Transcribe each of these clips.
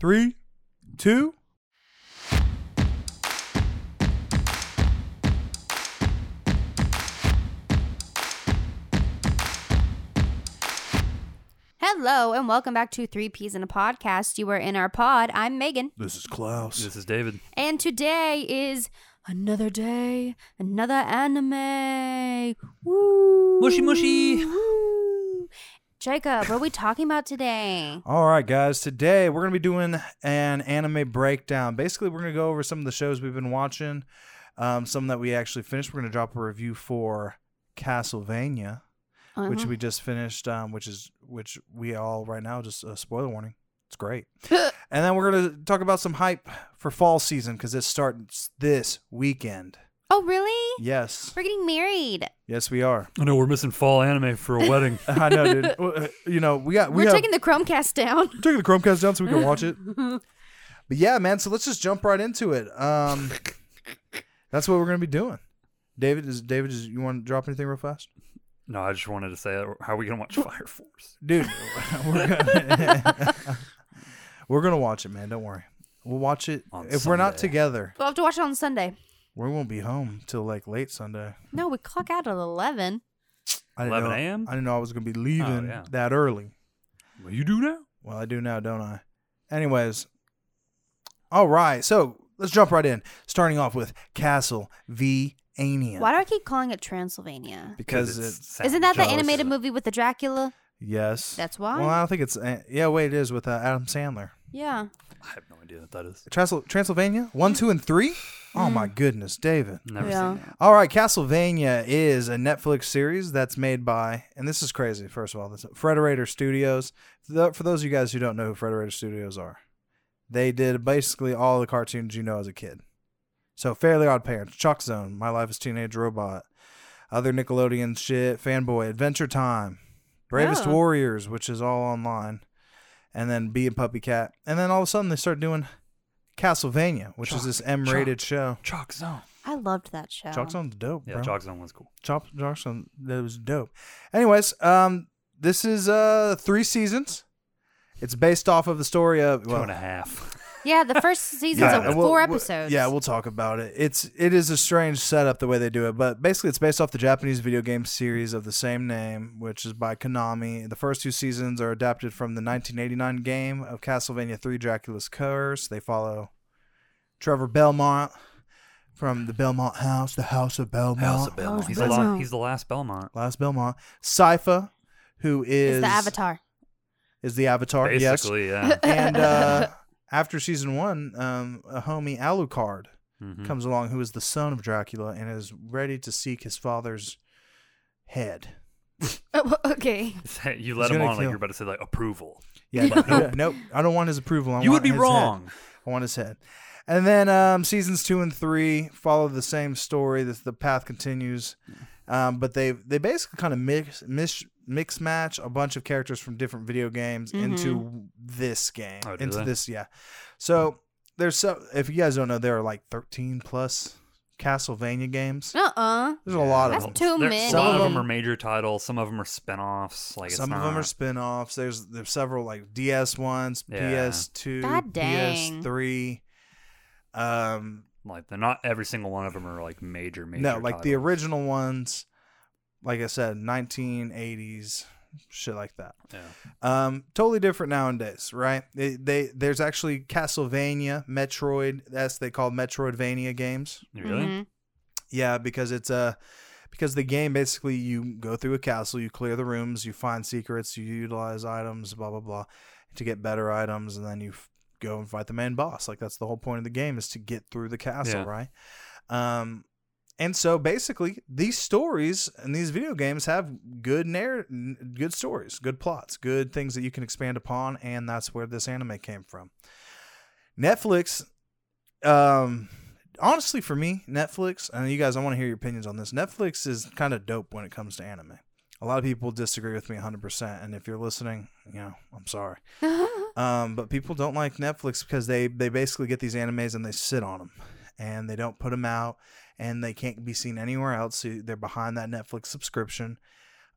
three, two. Hello, and welcome back to Three Peas in a Podcast. You are in our pod. I'm Megan, This is Klaus. This is David. and today is another day, another anime. Woo! Mushy, mushy. Woo. Jacob, what are we talking about today? All right, guys. Today we're gonna be doing an anime breakdown. Basically, we're gonna go over some of the shows we've been watching, um, some that we actually finished. We're gonna drop a review for Castlevania, which Uh-huh. we just finished, um, which is which we all right now just a spoiler warning. It's great. and then we're gonna talk about some hype for fall season because it starts this weekend. Oh, really? Yes, We're getting married. yes, we are. I know we're missing fall anime for a wedding. I know, dude. Well, uh, You know, we got we We're have, taking the Chromecast down. taking the Chromecast down so we can watch it. But yeah, man. So let's just jump right into it. Um, that's what we're gonna be doing. David is David. Is you want to drop anything real fast, no, I just wanted to say, uh, how are we gonna watch Fire Force? dude? we're, gonna, we're gonna watch it, man. Don't worry. We'll watch it On if we're not Sunday. together. We'll have to watch it on Sunday. We won't be home till like late Sunday. No, we clock out at 11. I didn't 11 know- a.m.? I didn't know I was gonna be leaving Oh, yeah. that early. Well, you do now. Well, I do now, don't I? Anyways, all right. So let's jump right in. Starting off with Castle V. Why do I keep calling it Transylvania? because it's uh, it's sound Isn't that the jealous. animated movie with the Dracula? yes. That's why? Well, I don't think it's uh, yeah. Wait, it is with uh, Adam Sandler. Yeah. I have no idea what that is. Transl- Transylvania one, two, and three. Oh Mm. my goodness, David. Never Yeah. seen that. All right, Castlevania is a Netflix series that's made by, and this is crazy. First of all, this Frederator Studios. Th- for those of you guys who don't know who Frederator Studios are, they did basically all the cartoons you know as a kid. So Fairly Odd Parents, Chuck Zone, My Life as Teenage Robot, other Nickelodeon shit, Fanboy, Adventure Time, Bravest Oh. Warriors, which is all online, and then Be a Puppy Cat, and then all of a sudden they start doing Castlevania, which is Chuck, this M-rated show. Chalk Zone. I loved that show. Chuck Zone's dope, Yeah, bro. Chalk Zone was cool. Chop Johnson. That was dope. Anyways, um, this is uh three seasons. It's based off of the story of well, Two and a half. Yeah, the first season's yeah, of and we'll- 4 we'll- episodes. yeah, we'll talk about it. It's it is a strange setup the way they do it, but basically it's based off the Japanese video game series of the same name, which is by Konami. The first two seasons are adapted from the 1989 game of Castlevania 3: Dracula's Curse. They follow Trevor Belmont from the Belmont House, the House of Belmont. House of Belmont. Oh, He's, the la- Belmont. he's the last Belmont. Last Belmont. Sypha, who is it's the Avatar. Is the Avatar, Basically, yeah. yes. And uh, after season one, um, a homie Alucard Mhm. comes along, who is the son of Dracula and is ready to seek his father's head. Oh, okay. you let He's gonna him on like kill. you're about to say like approval. Yeah, but no, nope. I don't want his approval. I you want would be his head. wrong. I want his head. And then um, seasons two and three follow the same story. This the path continues, um, but they they basically kind of mix mix mix match a bunch of characters from different video games Mm-hmm. into this game Oh, do into they? this yeah. So there's so if you guys don't know there are like 13 plus Castlevania games. Uh-uh. There's a lot of That's them. too There- many. Some of Some- them are major titles. Some of them are spin-offs. Like Some it's of them are not- spin-offs. There's there's several like DS ones, Yeah. PS2, God dang. PS3. Um like they're not every single one of them are like major major. no, like the titles. original ones, like I said, 1980s, shit like that. Yeah. Um, totally different nowadays, right? They, they there's actually Castlevania, Metroid, that's they call Metroidvania games. Really? Mhm. Yeah, because it's a because the game basically you go through a castle, you clear the rooms, you find secrets, you utilize items, blah blah blah, to get better items, and then you f- go and fight the main boss. Like that's the whole point of the game is to get through the castle, Yeah. right? Um, and so basically, these stories and these video games have good narr- n- good stories, good plots, good things that you can expand upon, and that's where this anime came from. Netflix, um, honestly, for me, Netflix, and you guys, I want to hear your opinions on this. Netflix is kind of dope when it comes to anime. A lot of people disagree with me 100%, and if you're listening, you know, I'm sorry. Mm-hmm. Um, but people don't like Netflix because they they basically get these animes and they sit on them, and they don't put them out, and they can't be seen anywhere else. So they're behind that Netflix subscription.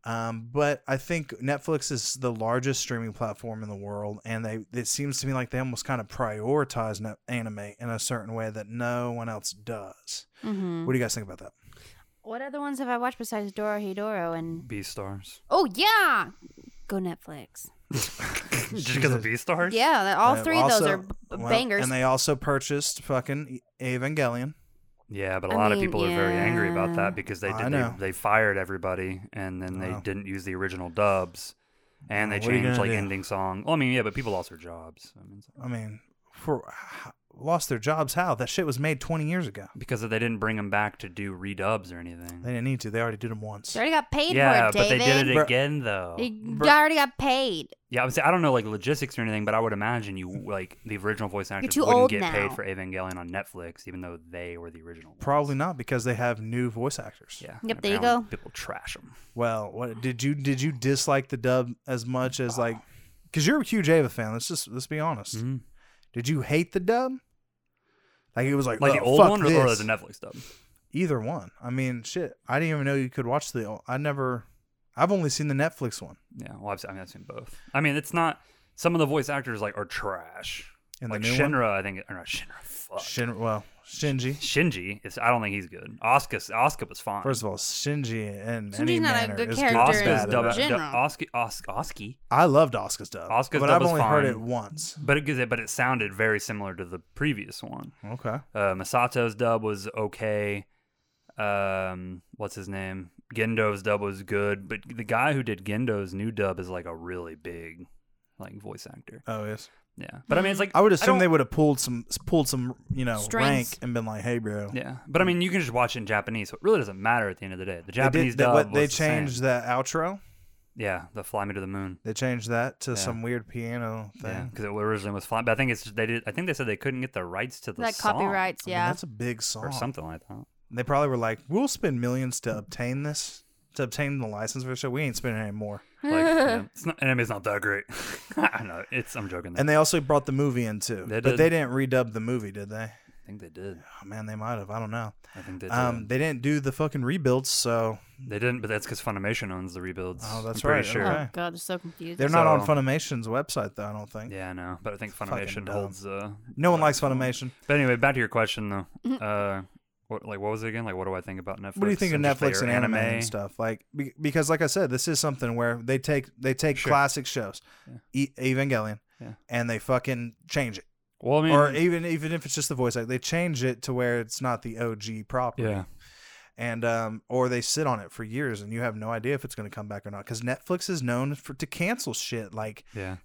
Um, but I think Netflix is the largest streaming platform in the world, and they it seems to me like they almost kind of prioritize net- anime in a certain way that no one else does. Mm-hmm. What do you guys think about that? What other ones have I watched besides Dorohedoro and? B stars. Oh yeah, go Netflix. Just because of B stars? Yeah, that- all Uh, three of those also- are b- b- well, bangers. And they also purchased fucking E, Evangelion. Yeah, but a I lot mean, of people are very angry about yeah. that because they I did they, know. they fired everybody and then they Wow. didn't use the original dubs and they What are you changed gonna like do? ending song. Well, I mean, yeah, but people lost their jobs. I mean, it's- I mean, for h- lost their jobs how? That shit was made 20 years ago. because they didn't bring them back to do redubs or anything. They didn't need to. They already did them once. They already got paid yeah, for it, but David. they did it Bru- again though. You already got paid. Yeah, I would say I don't know like logistics or anything, but I would imagine you like the original voice actors too wouldn't old get now. paid for Evangelion on Netflix, even though they were the original. ones. Probably not because they have new voice actors. Yeah. Yep, and there you apparently go. People trash them. Well, what did you did you dislike the dub as much as like? Because you're a huge Ava fan. Let's just let's be honest. Mm-hmm. Did you hate the dub? Like it was like Like "Oh, the old fuck one or, this. or the Netflix dub. Either one. I mean, shit. I didn't even know you could watch the. I never. I've only seen the Netflix one. Yeah, well, I've seen, I mean, I've seen both. I mean, it's not some of the voice actors like are trash. And the like new one? Shinra, I think, or not Shinra. Fuck. Shin, well, Shinji. Shinji is. I don't think he's good. Oscar. Oscar was fine. First of all, Shinji and any Shinji's not a manner good is bad character in at Asuka's it. dub. Shinra. Oscar. Oscar. I loved Oscar's dub. Asuka's but dub I've was only heard fine. it once. But it, but it sounded very similar to the previous one. Okay. Uh, Masato's dub was okay. Um, what's his name? Gendo's dub was good, but the guy who did Gendo's new dub is like a really big, like voice actor. Oh yes. Yeah, but I mean, it's like I would assume don't- they would have pulled some pulled some you know Strings. rank and been like, hey bro, Yeah, but I mean, you can just watch it in Japanese, so it really doesn't matter at the end of the day. They The did- Japanese they, dub what- was they the same. changed the outro. Yeah, the "Fly Me to the Moon." They changed that to Yeah. some weird piano thing. Yeah, because it originally was "Fly," but I think it's they did. I think they said they couldn't get the rights to the Like song copyrights, I mean, yeah. that's a big song. or something like that. They probably were like, "We'll spend millions to obtain this, to obtain the license for the show. We ain't spending any more." Like, yeah, it's not, and I mean, it's not that great. I know it's. I'm joking. And they also brought the movie in too, They but did. they didn't redub the movie, did they? I think they did. Oh man, they might have. I don't know. I think they did. Um, they didn't do the fucking rebuilds, so they didn't, but that's because Funimation owns the rebuilds. Oh, that's I'm pretty right, Sure. okay. Oh god, they're so confused. they're not on So- Funimation's website though. I don't think. um, Yeah, I know, but I think Fucking Funimation dumb. holds. Uh, No one the likes rights to it. Funimation. But anyway, back to your question though. uh, what like what was it again? Like, what do I think about Netflix? What do you think of just Netflix their and anime, and stuff? Like be- because, like I said, this is something where they take they take Sure. classic shows, Yeah. E- Evangelion, Yeah. and they fucking change it, Well, I mean, or even even if it's just the voice act, they change it to where it's not the OG property. yeah. and um, or they sit on it for years, and you have no idea if it's going to come back or not because Netflix is known for to cancel shit like Yeah.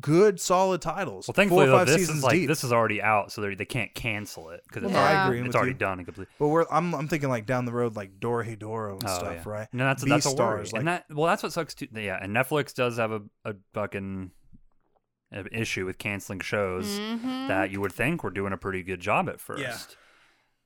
good solid titles. Well, thankfully, four or though, five this seasons is like deep. this is already out, so they they can't cancel it because Well, it's, no, I Yeah. agree already, it's with already you. done and complete. But we're I'm I'm thinking like down the road like Dorohedoro and oh, stuff, yeah. right? No, that's that's a worry. B-stars, like- and that well, that's what sucks too. Yeah, and Netflix does have a a fucking uh, issue with canceling shows Mhm. that you would think were doing a pretty good job at first.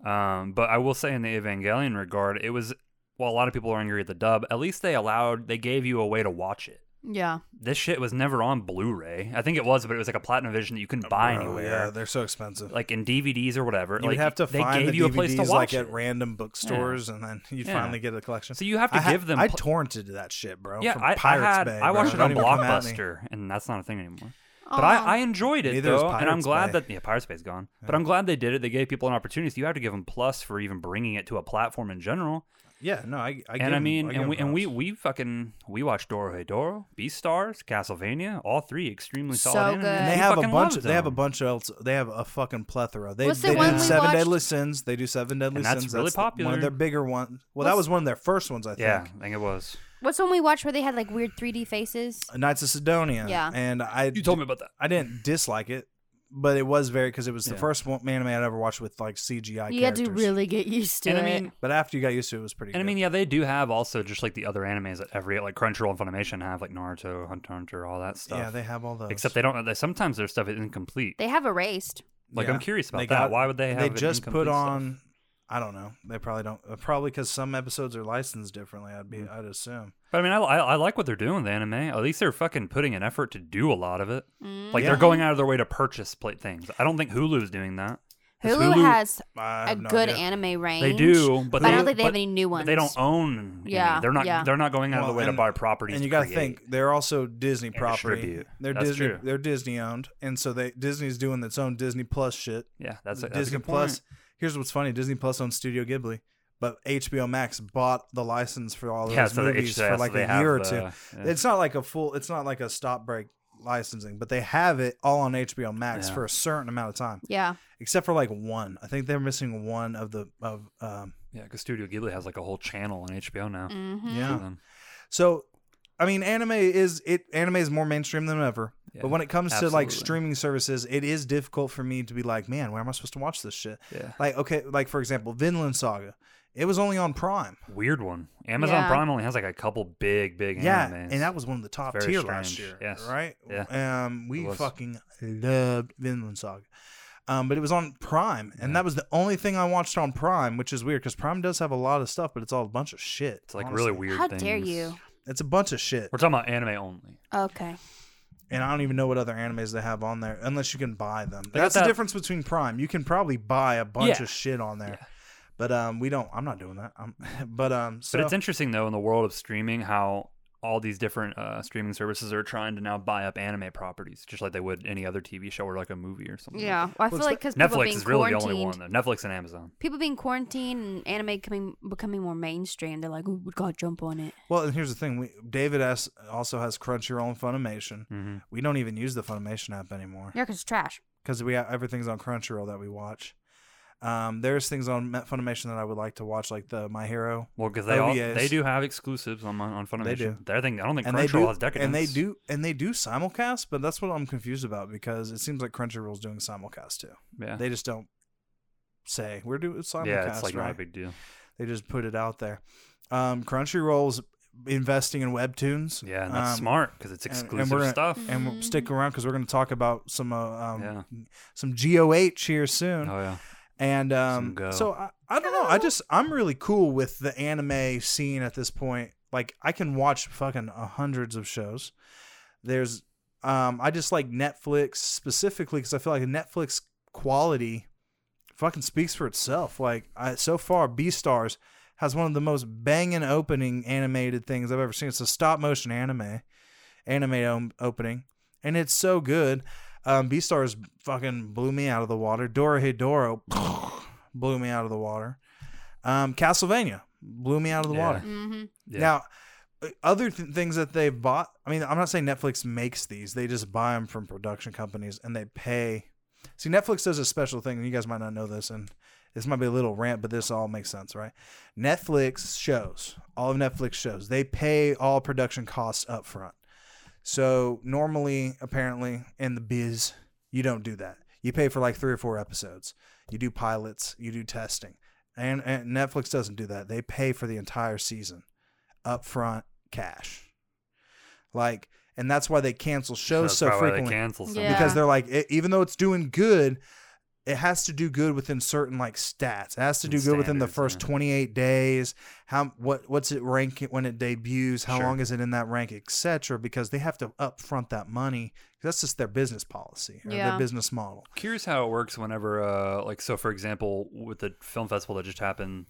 Um, but I will say in the Evangelion regard, it was while a lot of people are angry at the dub, at least they allowed they gave you a way to watch it. yeah. This shit was never on Blu-ray. I think it was, but it was like a platinum vision that you couldn't buy Uh, Bro, anywhere. Yeah, they're so expensive. like in DVDs or whatever. you like, would have to they find gave the you DVDs a place to like watch at it. random bookstores, and then you Yeah. finally get a collection. So you have to I ha- give them. I pl- torrented that shit, bro. yeah, from I, I Pirates had. Bay, I bro. watched it Don't on even come at me. Blockbuster, and that's not a thing anymore. But I, I enjoyed it Neither is though, and I'm Pirates glad Bay. that yeah, Pirates Bay's gone. But I'm glad they did it. They gave people an opportunity. So you have to give them plus for even bringing it to a platform in general. Yeah, no, I, I give and I 'em- mean, give and we 'em and we props. we fucking we watched Doro Hedoro, Beastars, Castlevania, all three extremely So solid. anime. good. And we they We have a fucking bunch. loved They have a them. bunch of. Else, they have a fucking plethora. They, What's the they one do we Seven Deadly watched? Sins. They do Seven Deadly And that's Sins. really the- one popular. of their bigger ones. Well, that What's- was one of their first ones, I think. Yeah, I think it was. What's the one we watched where they had like weird 3D faces? Knights of Sidonia. Yeah. and I. You told me about that. I didn't dislike it, but it was very because it was the Mm. Yeah. first one anime I'd ever watched with like CGI. you had characters. to really get used to And I it. mean, But after you got used to it, it was pretty. And I good. mean, yeah, they do have also just like the other animes that every like Crunchyroll and Funimation have, like Naruto, Hunter x Hunter, all that stuff. Yeah, they have all those. Except they don't. They, sometimes their stuff is incomplete. they have erased. like Yeah. I'm curious about They that. got- Why would they have? they it just incomplete put stuff? on. I don't know. They probably don't. uh, Probably because some episodes are licensed differently. I'd be. Mm. I'd assume. But I mean, I, I, I like what they're doing with anime. At least they're fucking putting an effort to do a lot of it. Like Yeah. Mm. they're going out of their way to purchase plate things. I don't think Hulu's doing that. Does Hulu, Hulu- has I a have no good idea. anime range. They do, but but they, I don't think they have but- any new but ones. They don't own. Yeah, Yeah, they're not. yeah. They're not going out of the Well, way to and- buy properties. and you got to think they're also Disney property. distribute. They're That's Disney. true. They're Disney owned, and so they Disney's doing its own Disney Plus shit. Yeah, that's a, that's a Disney good Plus. point. Here's what's funny: Disney Plus owns Studio Ghibli, but HBO Max bought the license for all those Yeah, so they, movies for so that's- like they a have, year or uh, two. yeah. It's not like a full. It's not like a stop break licensing, but they have it all on HBO Max Yeah. for a certain amount of time, Yeah, except for like one. I think they're missing one of the of um. Yeah, because Studio Ghibli has like a whole channel on HBO now. hmm Mm. Yeah. for them. So, I mean, anime is it anime is more mainstream than ever. Yeah, but when it comes to like absolutely. streaming services, it is difficult for me to be like, man, where am I supposed to watch this shit? yeah. Like, okay, like for example, Vinland Saga. It was only on Prime. Weird one. Amazon Yeah. Prime only has like a couple big, big Yeah, animes. and that was one of the top Very tier last strange, year. yes. Right? Yeah. Um, we It was. fucking loved Vinland Saga. Um, but it was on Prime, and Yeah. that was the only thing I watched on Prime, which is weird because Prime does have a lot of stuff, but it's all a bunch of shit. it's like honestly. really weird. How things. dare you? It's a bunch of shit, We're talking about anime only. Okay. and I don't even know what other animes they have on there, unless you can buy them. got That's the that- difference between Prime. You can probably buy a bunch Yeah. of shit on there, Yeah. but um, we don't. I'm not doing that. I'm, but um, so but it's interesting though in the world of streaming how all these different uh, streaming services are trying to now buy up anime properties, just like they would any other TV show or like a movie or something. Yeah, well, I feel it's like because people Netflix being is really the quarantined, only one though. Netflix and Amazon. people being quarantined and anime coming becoming more mainstream, they're like, "Ooh, we gotta jump on it." well, and here's the thing: we, David S also has Crunchyroll and Funimation. Mm-hmm. We don't even use the Funimation app anymore Yeah, 'cause it's trash. because we have, everything's on Crunchyroll that we watch. Um, there's things on Met- Funimation that I would like to watch, like the My Hero, Well, because they all, OVAs. they do have exclusives on on Funimation. Oh, do. They're- I think I don't think and they Crunchyroll do, has decadence. and they do, and they do simulcast. But that's what I'm confused about because it seems like Crunchyroll's doing simulcast too. Yeah. They just don't say we're doing simulcast. yeah, it's like not a right? big deal. They just put it out there. Um, Crunchyroll's investing in webtoons. Yeah, and that's um, smart because it's and- and exclusive we're gonna- stuff. And we'll stick around because we're going to talk about some uh, um, Yeah. some GOH here soon. Oh yeah, And um, Some go. so I, I don't know. I just I'm really cool with the anime scene at this point. Like I can watch fucking uh, hundreds of shows. There's um, I just like Netflix specifically because I feel like Netflix quality fucking speaks for itself. Like I, so far, B Stars has one of the most banging opening animated things I've ever seen. It's a stop motion anime, anime om- opening, and it's so good. Um, B Stars fucking blew me out of the water. Dora Hedoro blew me out of the water. Um, Castlevania blew me out of the Yeah. water. Mm-hmm. yeah. Now, uh, other th- things that they've bought, I mean, I'm not saying Netflix makes these, they just buy them from production companies and they pay. See, Netflix does a special thing, and you guys might not know this, and this might be a little rant, but this all makes sense, right? Netflix shows, all of Netflix shows, they pay all production costs up front. So, normally, apparently, in the biz, you don't do that. You pay for like three or four episodes, you do pilots, you do testing. And, and Netflix doesn't do that. They pay for the entire season upfront cash. Like, and that's why they cancel shows That's so probably why frequently they cancel some. Yeah. because they're like, it, even though it's doing good, it has to do good within certain like stats. It has to do And good within the standards, first yeah. 28 days. How what what's it ranking when it debuts? How Sure. long is it in that rank, etc. Because they have to upfront that money. That's just their business policy or Yeah. their business model. curious how it works whenever uh like so for example with the film festival that just happened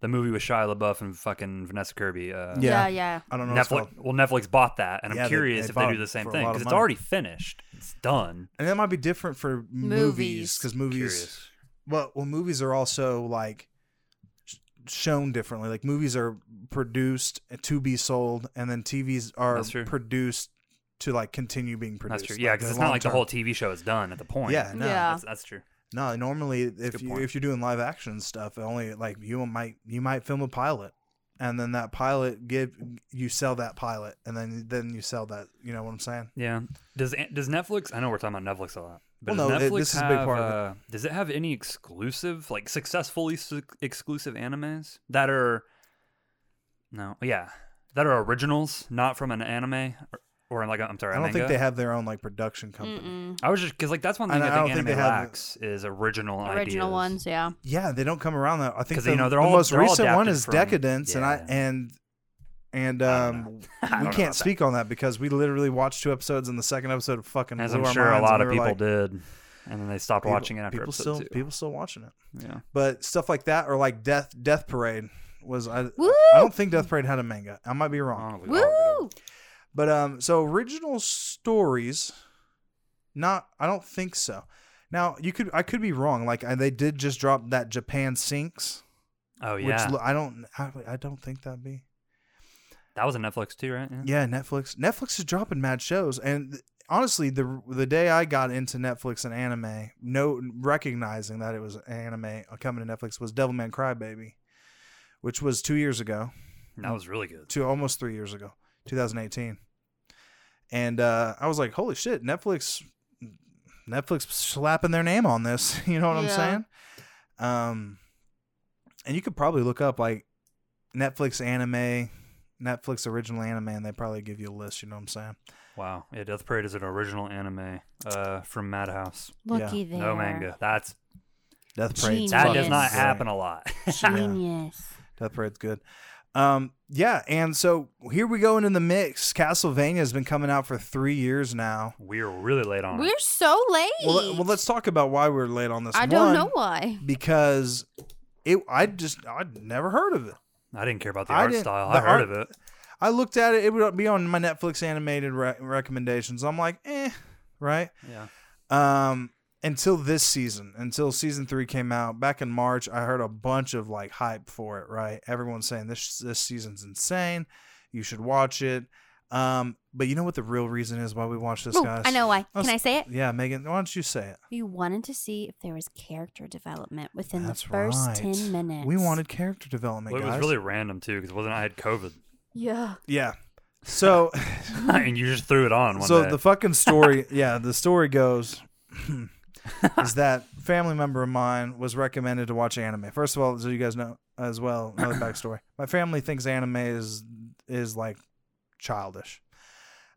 the movie with Shia LaBeouf and fucking Vanessa Kirby uh Yeah. Yeah, yeah. I don't know. what's Netflix called. well Netflix bought that and I'm Yeah, they- curious they if bought they do it the same for a thing lot of cuz it's money. already finished it's done and that might be different for movies Movies. because movies. curious Well, well, movies are also like sh- shown differently. Like movies are produced to be sold, and then TVs are That's true. produced to like continue being that's produced. true yeah cuz the it's not long like the term. whole TV show is done at the point Yeah, no, Yeah. that's, that's true no. Normally, good if you point. if you're doing live action stuff, only like you might you might film a pilot, and then that pilot give you sell that pilot, and then then you sell that. You know what I'm saying? yeah does does Netflix I know we're talking about Netflix a lot but Well, does no, it- Netflix this is a have, big part of it. uh, does it have any exclusive like successfully su- exclusive animes that are no yeah that are originals not from an anime or, or like a, I'm sorry I a don't think manga? they have their own like production company. Mm-mm. I was just because like that's one thing And I, I don't think think anime they have- lacks is original Original ideas. ones, yeah. Yeah, they don't come around that. I think 'Cause, the, you know, they're the all- most they're all recent one adapted is from- Decadence, and I yeah. and and I don't um, know. I we don't know can't about speak on that because we literally watched two episodes, and the second episode fucking As blew I'm our sure a minds, lot and of we were people like, did. and then they stopped People- watching it after people episode still two. people still watching it. yeah, But stuff like that, or like Death Death Parade was I Woo! I don't think Death Parade had a manga. I might be wrong. I don't know if we all agree on Woo! But um, so original stories, not I don't think so. Now you could I could be wrong. Like I, they did just drop that Japan sinks, that. Oh yeah, which lo- I don't I, I don't think that'd be. that was a Netflix too, right? Yeah. Yeah, Netflix Netflix is dropping mad shows, and th- honestly, the the day I got into Netflix and anime, no recognizing that it was anime uh, coming to Netflix was Devilman Crybaby, which was two years ago. That was really good. two almost three years ago, 2018. And uh, I was like, holy shit, Netflix, Netflix slapping their name on this. You know what Yeah. I'm saying? Um, and you could probably look up like Netflix anime, Netflix original anime, and they probably give you a list. You know what I'm saying? Wow. Yeah, Death Parade is an original anime uh, from Madhouse. Looky there. No manga. That's Death Parade's that does fucking not great. happen a lot. Genius. Death Parade's good. Um, yeah, and so here we go into the mix. Castlevania has been coming out for three years now. We're really late on. it. We're so late. Well, let- well, let's talk about why we're late on this. I don't One, know why. because it I just I'd never heard of it. I didn't care about the I art didn't- style. the I heard art- of it. I looked at it; it would be on my Netflix animated re- recommendations. I'm like, eh, right? Yeah. Um, until this season, until season three came out back in March, I heard a bunch of like hype for it. Right? Everyone's saying this this season's insane. You should watch it. Um, but you know what the real reason is why we watch this, Ooh, guys? I know why. Let's- Can I say it? Yeah, Megan, why don't you say it? We wanted to see if there was character development within That's the first right. 10 minutes. We wanted character development, Well, it guys. was really random too, because wasn't I had COVID, Yeah. yeah. So. and you just threw it on one so day. the fucking story yeah the story goes is that family member of mine was recommended to watch anime first of all so you guys know as well another backstory my family thinks anime is is like childish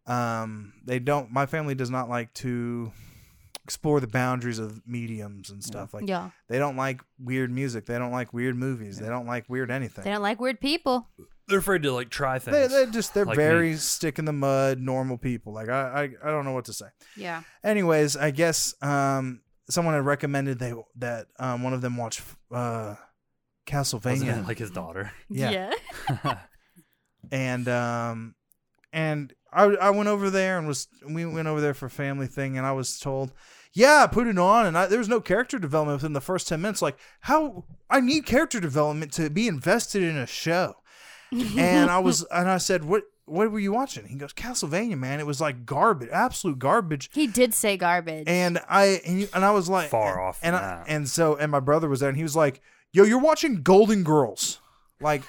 um they don't my family does not like to explore the boundaries of mediums and stuff like yeah. they don't like weird music they don't like weird movies they don't like weird anything They don't like weird people. they're afraid to like try they, things. they're just they're Like me. very stick in the mud normal people like I, I i don't know what to say Yeah. anyways, I guess um, someone had recommended they that um, one of them watch uh, Wasn't Castlevania, it like his daughter? Yeah. yeah. and um, and I I went over there and was we went over there for a family thing, and I was told, yeah, put it on, and I, there was no character development within the first ten minutes. Like how I need character development to be invested in a show, and I was and I said what. What were you watching? He goes, Castlevania, man. It was like garbage, absolute garbage. He did say garbage. and I and, you, and I was like Far off and from I, that. and so and my brother was there and he was like, "Yo, you're watching Golden Girls, like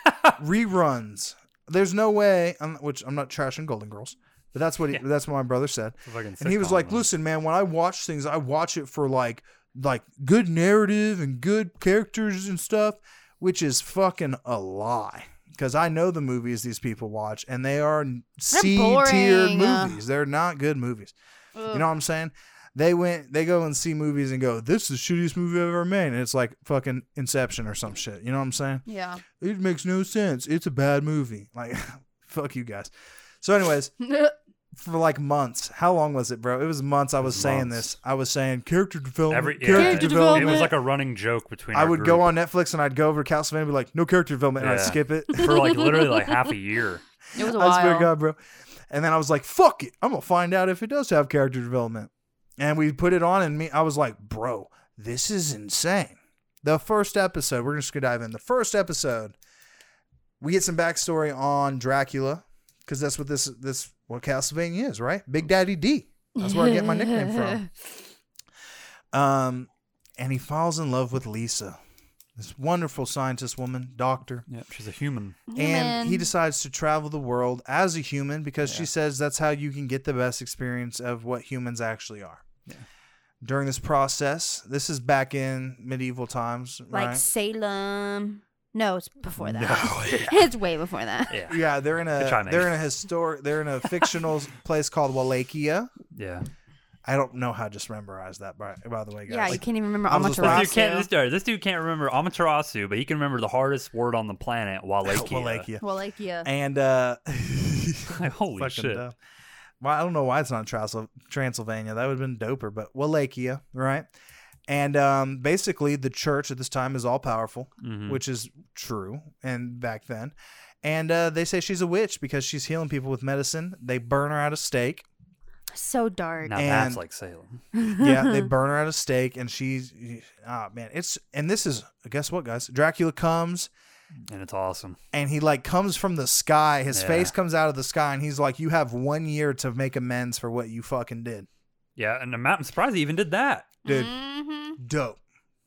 reruns. There's no way." I'm, which I'm not trashing Golden Girls, but that's what he, that's what my brother said. Fucking And he was sitcom, like, man. "Listen, man, when I watch things, I watch it for like like good narrative and good characters and stuff, which is fucking a lie." Because I know the movies these people watch, and they are C-tier boring. movies. They're not good movies. You know what I'm saying? They went, they go and see movies and go, "This is the shittiest movie I've ever made," and it's like fucking Inception or some shit. You know what I'm saying? yeah. It makes no sense. It's a bad movie. Like, fuck you guys. So, anyways, for like months. How long was it, bro? It was months. I was, was saying months. this. I was saying character development. Every yeah, character it- development. It was like a running joke between. I our would group go on Netflix and I'd go over to Castlevania and be like, no character development, and I'd Yeah. skip it. for like literally like half a year. It was a I swear to while. God, bro. And then I was like, fuck it. I'm gonna find out if it does have character development. And we put it on, and me, I was like, bro, this is insane. The first episode, we're just gonna dive in. The first episode, we get some backstory on Dracula, because that's what this this what Castlevania is, right? Big Daddy D. That's where I get my nickname from. Um, and he falls in love with Lisa, this wonderful scientist woman, doctor Yep, she's a human. and he Human. decides to travel the world as a human because she Yeah. says that's how you can get the best experience of what humans actually are. Yeah. During this process, this is back in medieval times, Like right? Salem. No, it's before that. yeah. It's way before that. yeah, Yeah, they're in Good a try, Meg. they're in a historic they're in a fictional place called Wallachia. yeah. I don't know how I just memorized that by, by the way, guys. Yeah, you can't even remember I was just This like- dude, can't, this, Amaterasu. dude, this dude can't remember Amaterasu, but he can remember the hardest word on the planet, Wallachia. Wallachia. Wallachia. And uh Holy fucking shit. dumb. Well, I don't know why it's not Transy- Transylvania. That would have been doper, but Wallachia, right? And um, basically, the church at this time is all powerful, Mhm. which is true. And back then, and uh, they say she's a witch because she's healing people with medicine. They burn her at a stake. So dark. now and- that's like Salem. yeah, they burn her at a stake, and she's ah man, it's and this is guess what, guys? Dracula comes And it's awesome. and he like comes from the sky. His Yeah. face comes out of the sky, and he's like, "You have one year to make amends for what you fucking did." Yeah, and I'm, I'm surprised he even did that. Dude, Mhm. dope,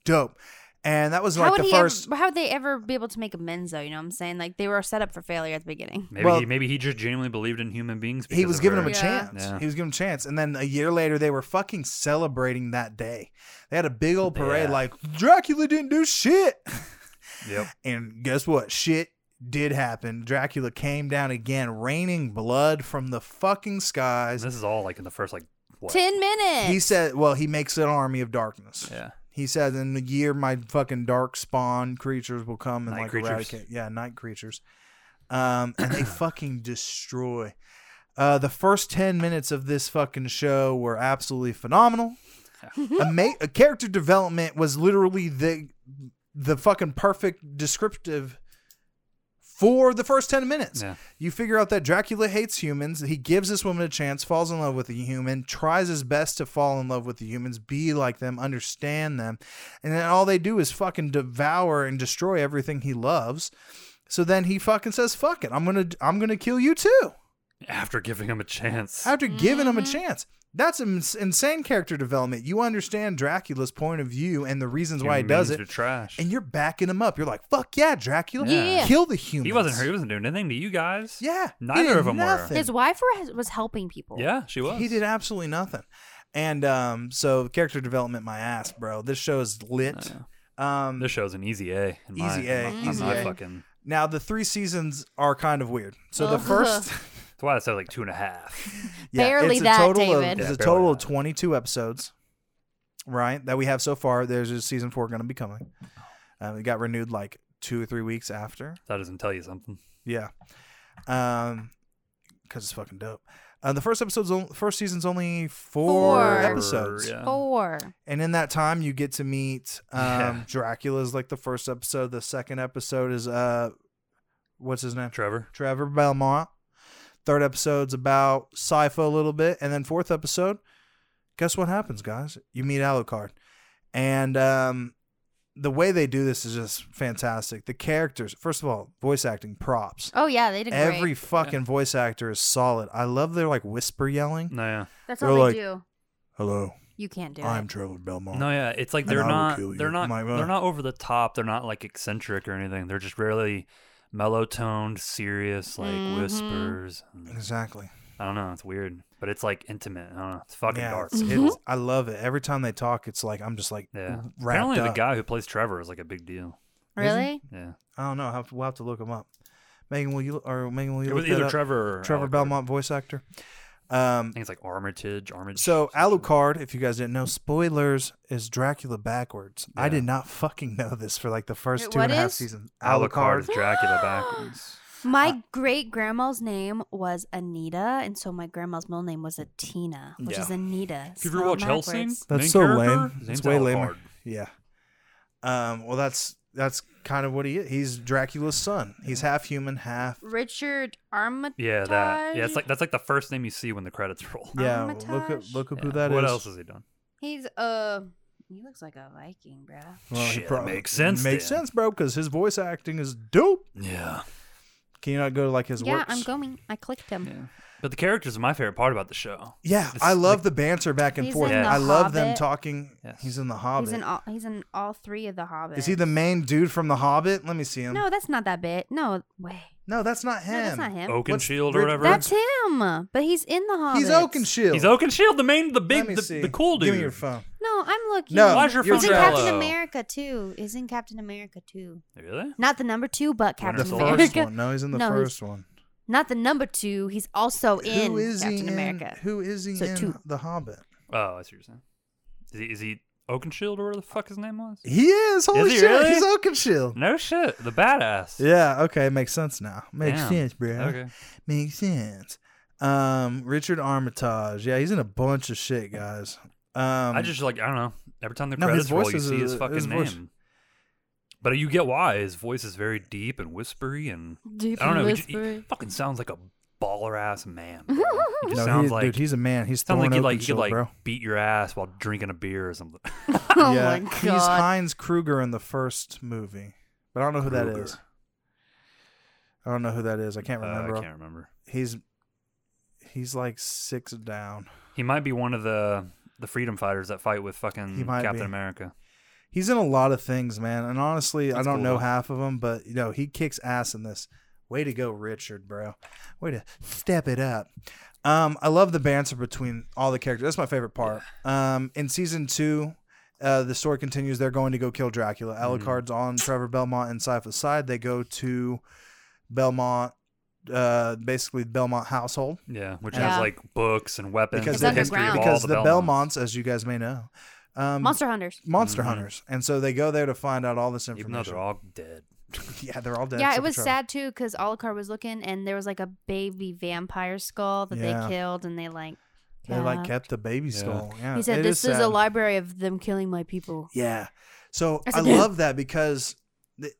dope. And that was How like would the he first. ever, how would they ever be able to make amends though? You know what I'm saying? Like they were set up for failure at the beginning. Maybe Well- he maybe he just genuinely believed in human beings. he because was of giving her. him a Yeah. chance. Yeah. He was giving him a chance, and then a year later, they were fucking celebrating that day. They had a big old parade, Yeah. like Dracula didn't do shit. Yep. And guess what? Shit did happen. Dracula came down again, raining blood from the fucking skies. This is all like in the first like what? Ten minutes. He said, "Well, he makes an army of darkness." Yeah. He says, "In a year, my fucking dark spawn creatures will come and Night like creatures. eradicate, yeah, night creatures." Um, and they fucking destroy. Uh, the first ten minutes of this fucking show were absolutely phenomenal. Ama- uh, character development was literally the the fucking perfect descriptive for the first 10 minutes. Yeah. You figure out that Dracula hates humans. He gives this woman a chance, falls in love with a human, tries his best to fall in love with the humans, be like them, understand them. And then all they do is fucking devour and destroy everything he loves. So then he fucking says, "Fuck it. I'm going to I'm going to kill you too." After giving him a chance. after giving Mm-hmm. him a chance. That's ins- insane character development. You understand Dracula's point of view and the reasons why he Human does beings it, are trash. and you're backing him up. You're like, "Fuck yeah, Dracula, Yeah. kill the humans." He wasn't hurt. He wasn't doing anything to you guys. Yeah, he Neither did of 'em were. nothing. His wife was- was helping people. Yeah, she was. He did absolutely nothing. And um, so character development, my ass, bro. This show is lit. Um, This show's an easy A. In my, Easy A, in my- in easy my A. fucking. now the three seasons are kind of weird. So the Ugh. first, That's why I said like two and a half. yeah, Barely it's a that, total of- David. it's Yeah, a barely total of that. 22 episodes, right? That we have so far. There's a season four going to be coming. Um, it got renewed like two or three weeks after. That doesn't tell you something. Yeah. Um, because it's fucking dope. Uh, the first episode's on, first season's only four, Four. episodes. Yeah. Four. And in that time, you get to meet um, Yeah. Dracula is like the first episode. The second episode is uh, what's his name? Trevor. Trevor Belmont. Third episode's about Sypha a little bit, and then fourth episode, guess what happens, guys? You meet Alucard, and um, the way they do this is just fantastic. The characters, first of all, voice acting props. Oh yeah, they did Every great. fucking voice actor is solid. I love their like whisper yelling. No, yeah. That's they're all they like- do. Hello, You can't do I'm it. Trevor Belmont. No, yeah. It's like And they're I will not. kill you. They're not. My- They're not over the top. They're not like eccentric or anything. They're just really mellow toned, serious, like Mhm. whispers. Exactly. I don't know. It's weird, but it's like intimate. I don't know. It's fucking Yeah, dark. it's- Mm-hmm. it's- I love it. Every time they talk, it's like I'm just like Yeah. wrapped Apparently, up. the guy who plays Trevor is like a big deal. really? Yeah. I don't know. I'll have to- we'll have to look him up. Megan, will you or Megan, will you It look was that either up? Trevor or Trevor Alucard. Belmont, voice actor. I Um, think it's like Armitage. Armitage. so Alucard, if you guys didn't know, spoilers is Dracula backwards. I Yeah. did not fucking know this for like the first Wait, two and a what half is? seasons. Alucard is Dracula backwards. My great grandma's name was Anita, and so my grandma's middle name was Atina, which Yeah. is Anita. If you ever spelled watch Hellsing, backwards. That's main so character, lame. his It's name's way lamer. Alucard. Yeah. Um, well, that's that's kind of what he is. He's Dracula's son. He's half human, half Richard Armitage. Yeah, that. Yeah, it's like that's like the first name you see when the credits roll. yeah. Look at Armitage. look up who Yeah. that is. what else has he done? he's uh, he looks like a Viking, bro. Well, he Shit, that prob- makes sense Makes then. sense, bro, because his voice acting is dope. Yeah. Can you not go to like his yeah, works? I'm going. I clicked him. But the characters are my favorite part about the show. Yeah, This- I love like- the banter back and He's forth. in The I love them Hobbit. talking. Yes. He's in the Hobbit. He's in all. He's in all three of the Hobbit. Is he the main dude from the Hobbit? Let me see him. No, that's not that bit. No way. No, that's not him. No, that's not him. Oakenshield Ri- or whatever. That's him. But he's in the Hobbit. He's Oakenshield. He's Oakenshield, the main, the Let big, me the, see. the cool dude. Give me your phone. No, I'm looking. No, Why's your you're He's in phone trash. Captain Trello? America too. He's in Captain America too. Really? Not the number two, but Winter Captain The Soldier. first America. one. No, he's in the No, he's first one. Not the number two. He's also in who is Captain he America. in? Who is he So in two. the Hobbit? Oh, I see what you're saying. Is he, is he Oakenshield or whatever the fuck his name was? He is. Holy he shit, really? he's Oakenshield. No shit, the badass. Yeah. Okay, makes sense now. Makes Damn. sense, bro. Okay. Makes sense. Um, Richard Armitage. Yeah, he's in a bunch of shit, guys. Um, I just like I don't know. Every time the No, his credits roll, voice you is see his a- fucking his voice- name. But you get why his voice is very deep and whispery, and Deep I don't know. and He, ju- he whispery. fucking sounds like a baller ass man. bro. He just no, sounds he- like dude, he's a man. He's sounds throwing like he open like he shit, could like bro. beat your ass while drinking a beer or something. oh yeah, my he's god. Heinz Kruger in the first movie, but I don't know who that Kruger. is. I don't know who that is. I can't Uh, I remember. can't remember. He's he's like six down. He might be one of the the freedom fighters that fight with He fucking might Captain be. America. He's in a lot of things, man. And honestly, I That's don't cool, know though. half of them, but you know, he kicks ass in this. Way to go, Richard, bro. Way to step it up. Um, I love the banter between all the characters. That's my favorite part. Um, in season two, uh, the story continues. They're going to go kill Dracula. Mm-hmm. Alucard's on Trevor Belmont and Sypha's side. They go to Belmont, uh, basically Belmont household Yeah, which Yeah. has like books and weapons. because It's and the, history of underground. all because the, the Belmonts. Belmonts, as you guys may know, um, Monster Hunters. monster Mhm. hunters, and so they go there to find out all this Even though information. they're all dead. yeah, they're all dead. yeah, except it for was Trevor. sad too because Alucard was looking and there was like a baby vampire skull that Yeah. they killed and they like. They like kept. kept the baby Yeah. skull. Yeah, He said, it "This is, a sad. library of them killing my people." Yeah, so I I, said, love that because th-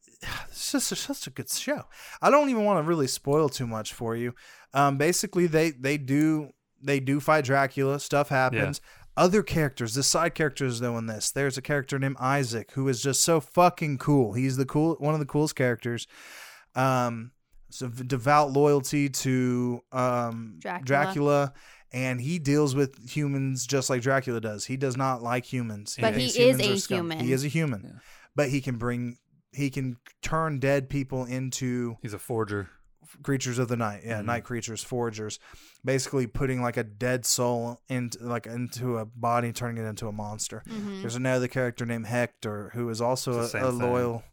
it's just it's such a good show. I don't even want to really spoil too much for you. Um, basically, they they do they do fight Dracula. Stuff happens. Other characters, the side characters though in this, there's a character named Isaac who is just so fucking cool. He's the cool one of the coolest characters. Um, so v- devout loyalty to um Dracula. Dracula and he deals with humans just like Dracula does. He does not like humans. But he thinks is humans a are scum. human. He is a human. Yeah. But he can bring he can turn dead people into He's a forger. creatures of the night. Yeah, Mhm. night creatures, foragers, basically putting like a dead soul into like into a body, turning it into a monster. Mm-hmm. There's another character named Hector who is also It's the a, a same thing. loyal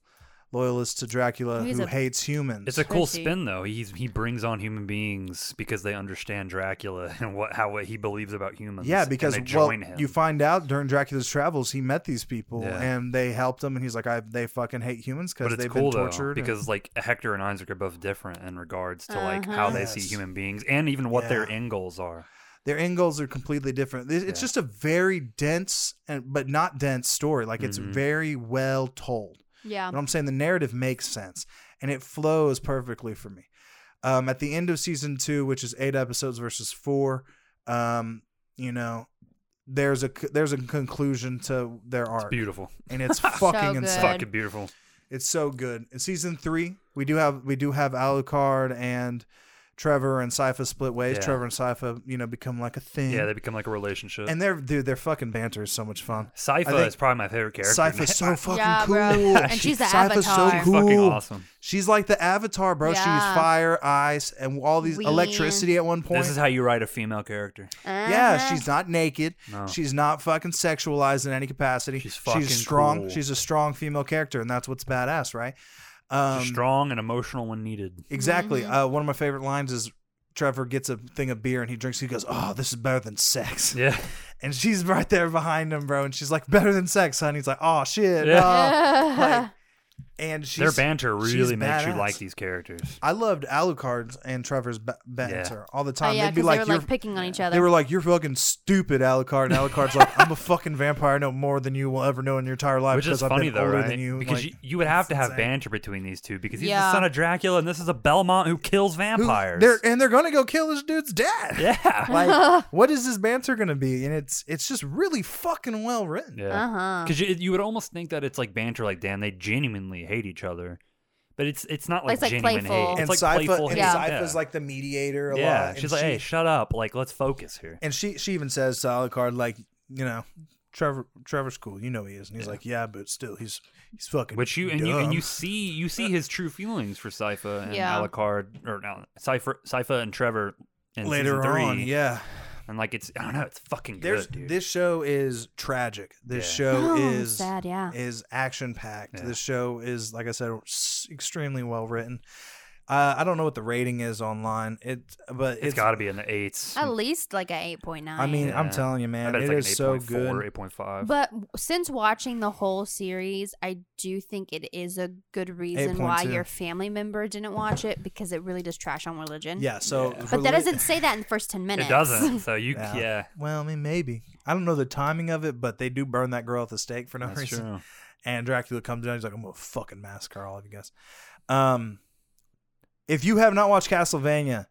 loyalist to Dracula He's who a- hates humans. It's a cool Pretty. spin though. He's he brings on human beings because they understand Dracula and what how what he believes about humans. Yeah, and because they well, join him. you find out during Dracula's travels, he met these people Yeah. and they helped him, and he's like, "I they fucking hate humans but because it's they've cool been though tortured." and- because like Hector and Isaac are both different in regards to like Uh-huh. how they see Yes. human beings and even what their Yeah. end goals are. their end goals are completely different. It- It's Yeah. just a very dense and but not dense story. Like it's Mhm. very well told. Yeah, But I'm saying the narrative makes sense and it flows perfectly for me. Um, at the end of season two, which is eight episodes versus four, um, you know, there's a c- there's a conclusion to their It's arc, beautiful. and it's fucking So insane. good. Fucking beautiful. It's so good. In season three, we do have we do have Alucard and Trevor and Sypha split ways. Yeah. Trevor and Sypha, you know, become like a thing. Yeah, they become like a relationship. And and they're dude, their fucking banter is so much fun. Sypha think- is probably my favorite character. Sypha's so fucking yeah, cool. bro. And she's the Sypha's so avatar. cool. fucking awesome. She's like the Avatar, bro. Yeah. She's fire, ice, and all these Wind. electricity at one point. This is how you write a female character. yeah, Uh-huh. she's not naked. No. She's not fucking sexualized in any capacity. Oh. She's fucking strong. cool. She's a strong female character, and that's what's badass, right? Um, She's strong and emotional when needed. Exactly. Mm-hmm. Uh, one of my favorite lines is Trevor gets a thing of beer and he drinks. He goes, "Oh, this is better than sex." Yeah. And she's right there behind him, bro. And she's like, "Better than sex, honey." He's like, "Oh shit." Yeah. oh." like, and she's Their banter she's really makes you badass. like these characters. I loved Alucard's and Trevor's ba- banter all the oh time. yeah, They'd be because like, they were "You're." like picking on each other. they were like, "You're fucking stupid, Alucard." And Alucard's like, "I'm a fucking vampire. I know more than you will ever know in your entire life Which is Uh, because I've funny been though, older right? than you." because Like, you, you would have to have insane. banter between these two because he's Yeah. the son of Dracula and this is a Belmont who kills who- vampires. they're and they're gonna go kill this dude's dad. yeah. like what is this banter gonna be and it's it's just really fucking well written Yeah. uh huh. Because you, you would almost think that it's like banter, like damn, they genuinely hate each other, but it's it's not like It's, like, genuine playful. hate. and It's like Sypha playful and hate. Yeah. Sypha's like the mediator a lot yeah. and She's like, she, hey, shut up, like let's focus here. and she she even says to Alucard like you know Trevor Trevor's cool you know he is and he's like yeah but still he's he's fucking Which you and you dumb." and you see you see his true feelings for Sypha and Yeah. Alucard or no, Sypha Sypha and Trevor in later season three. on yeah And like it's I don't know, it's fucking there's good, dude. this show is tragic this Yeah. show Oh, is sad. Yeah. is action packed Yeah. this show is like I said s- extremely well written Uh, I don't know what the rating is online. It, but it's got to be in the eights. At least like an 8.9. I mean, I'm Yeah. telling you, I man, bet it it's is like an so good. 8.5. But since watching the whole series, I do think it is a good reason why 8.2. your family member didn't watch it because it really does trash on religion. Yeah. So, Yeah. But that rela- doesn't say that in the first 10 minutes. it doesn't. So you, Yeah. yeah, Well, I mean, maybe. I don't know the timing of it, but they do burn that girl at the stake for no that's reason. true. And Dracula comes down. He's like, I'm going to fucking massacre all of you guys. Um, if you have not watched Castlevania,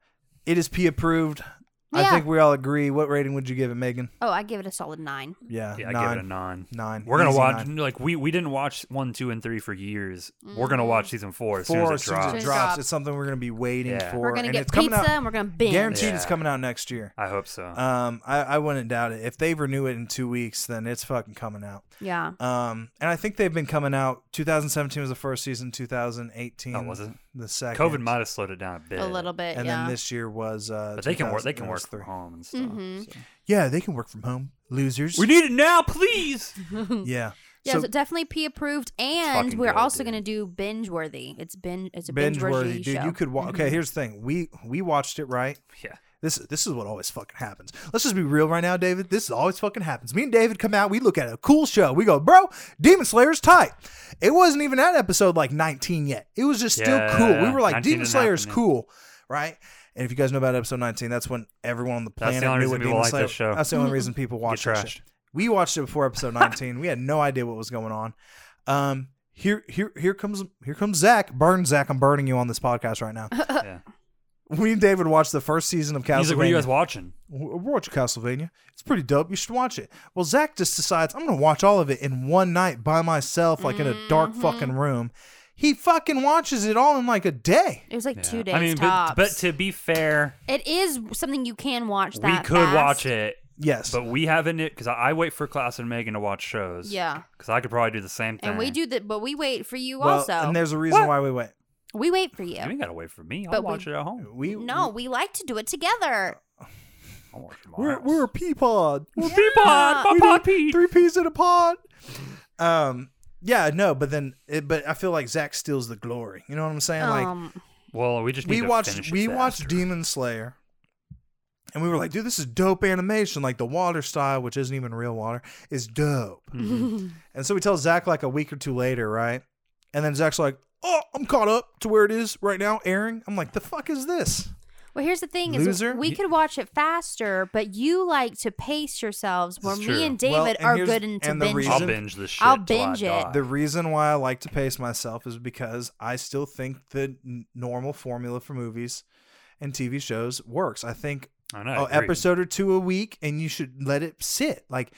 it is P approved. I Yeah. think we all agree. What rating would you give it, Megan? Oh, I give it a solid nine. Yeah. Yeah, I nine. give it a nine. nine. We're gonna Easy watch nine. like we we didn't watch one, two, and three for years. We're gonna Mm. watch season four as Four soon as it drops. drops. It's something we're going to be waiting Yeah. for. We're going to and get it's pizza coming out. and we're going to binge. Guaranteed it's Yeah. coming out next year. I hope so. Um, I, I wouldn't doubt it. If they renew it in two weeks, then it's fucking coming out. Yeah. Um, and I think they've been coming out. 2017 was the first season. 2018 Oh, was it? the second. COVID might have slowed it down a bit. A little bit. And yeah. then this year was. Uh, But they can work. They can work 2000 from was home and stuff. Mhm. so. three. Yeah, they can work from home. Losers. We need it now, please. yeah. yeah, so so, definitely P approved. And fucking we're good, also dude. going to do binge worthy. It's binge. It's a binge binge worthy, worthy dude. show. You could. Wa- okay, here's the thing. We we watched it right. Yeah. This this is what always fucking happens. Let's just be real right now, David. This is always fucking happens. Me and David come out, we look at a cool show. We go, bro, Demon Slayer's tight. It wasn't even that episode like 19 yet. It was just still Yeah, cool. We were like, 19 Demon didn't Slayer's happen, yeah. cool, right? And if you guys know about episode 19, that's when everyone on the That's the planet knew only reason what people Demon like Slayer. this show. That's the only reason people watch Get that shit. We watched it before episode 19. we had no idea what was going on. Um, here, here, here comes, here comes Zach. Burn Zach. I'm burning you on this podcast right now. yeah. We and David watched the first season of Castlevania. He's like, what are you guys watching? "W- we're watching Castlevania. It's pretty dope. You should watch it. Well, Zach just decides I'm gonna watch all of it in one night by myself, like in a dark Mm-hmm. fucking room. He fucking watches it all in like a day. It was like Yeah. two days I mean, tops. but, but to be fair, it is something you can watch. we That could watch it, Yes, but we haven't it because I, I wait for class and Megan to watch shows. Yeah. because I could probably do the same thing. And we do that, but we wait for you well, also. and there's a reason What? why we went. we wait for you. You ain't gotta wait for me. I'll But we- watch it at home. We No, we like to do it together. I'll watch it at my we're house. we're a pea pod. We're Peapod, We my did pod Pete. Three peas in a pod. Um. Yeah, no, but then, it, but I feel like Zach steals the glory. You know what I'm saying? Like, um, Well, we just need we to watched finish we it watched faster. Demon Slayer, and we were like, dude, this is dope animation. Like the water style, which isn't even real water, is dope. Mm-hmm. And so we tell Zach like a week or two later, right? And then Zach's like, oh, I'm caught up to where it is right now, airing. I'm like, the fuck is this? well, here's the thing: is Loser. we Y- could watch it faster, but you like to pace yourselves. Where is me true. and Well, David and are here's- good into and the binging. reason- I'll binge this shit. I'll till I binge it. die. The reason why I like to pace myself is because I still think the n- normal formula for movies and TV shows works. I think I know. oh, agreed. episode or two a week and you should let it sit. Like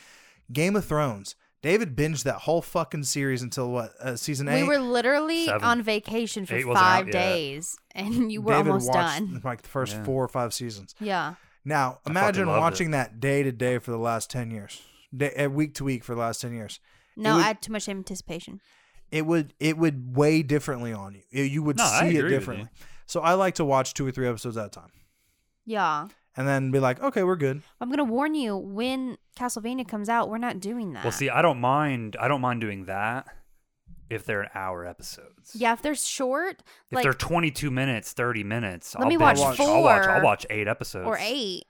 Game of Thrones. David binged that whole fucking series until what uh, season we eight. were literally Seven. on vacation for Eight wasn't out five yet. days, and you were David almost watched done. like the first Yeah. four or five seasons. Yeah, Now fucking imagine loved watching that day to day for the last ten years, day, uh, week to week for the last ten years. no, would- I had too much anticipation. It would it would weigh differently on you. You- You would No, I see agree it with you. differently. So I like to watch two or three episodes at a time, Yeah, and then be like, okay, we're good. I'm gonna warn you: when Castlevania comes out, we're not doing that. Well, see, I don't mind. I don't mind doing that if they're an hour episodes. Yeah, if they're short, If like they're 22 minutes, 30 minutes, Let I'll me watch binge- I'll watch. four I'll watch eight episodes. or eight.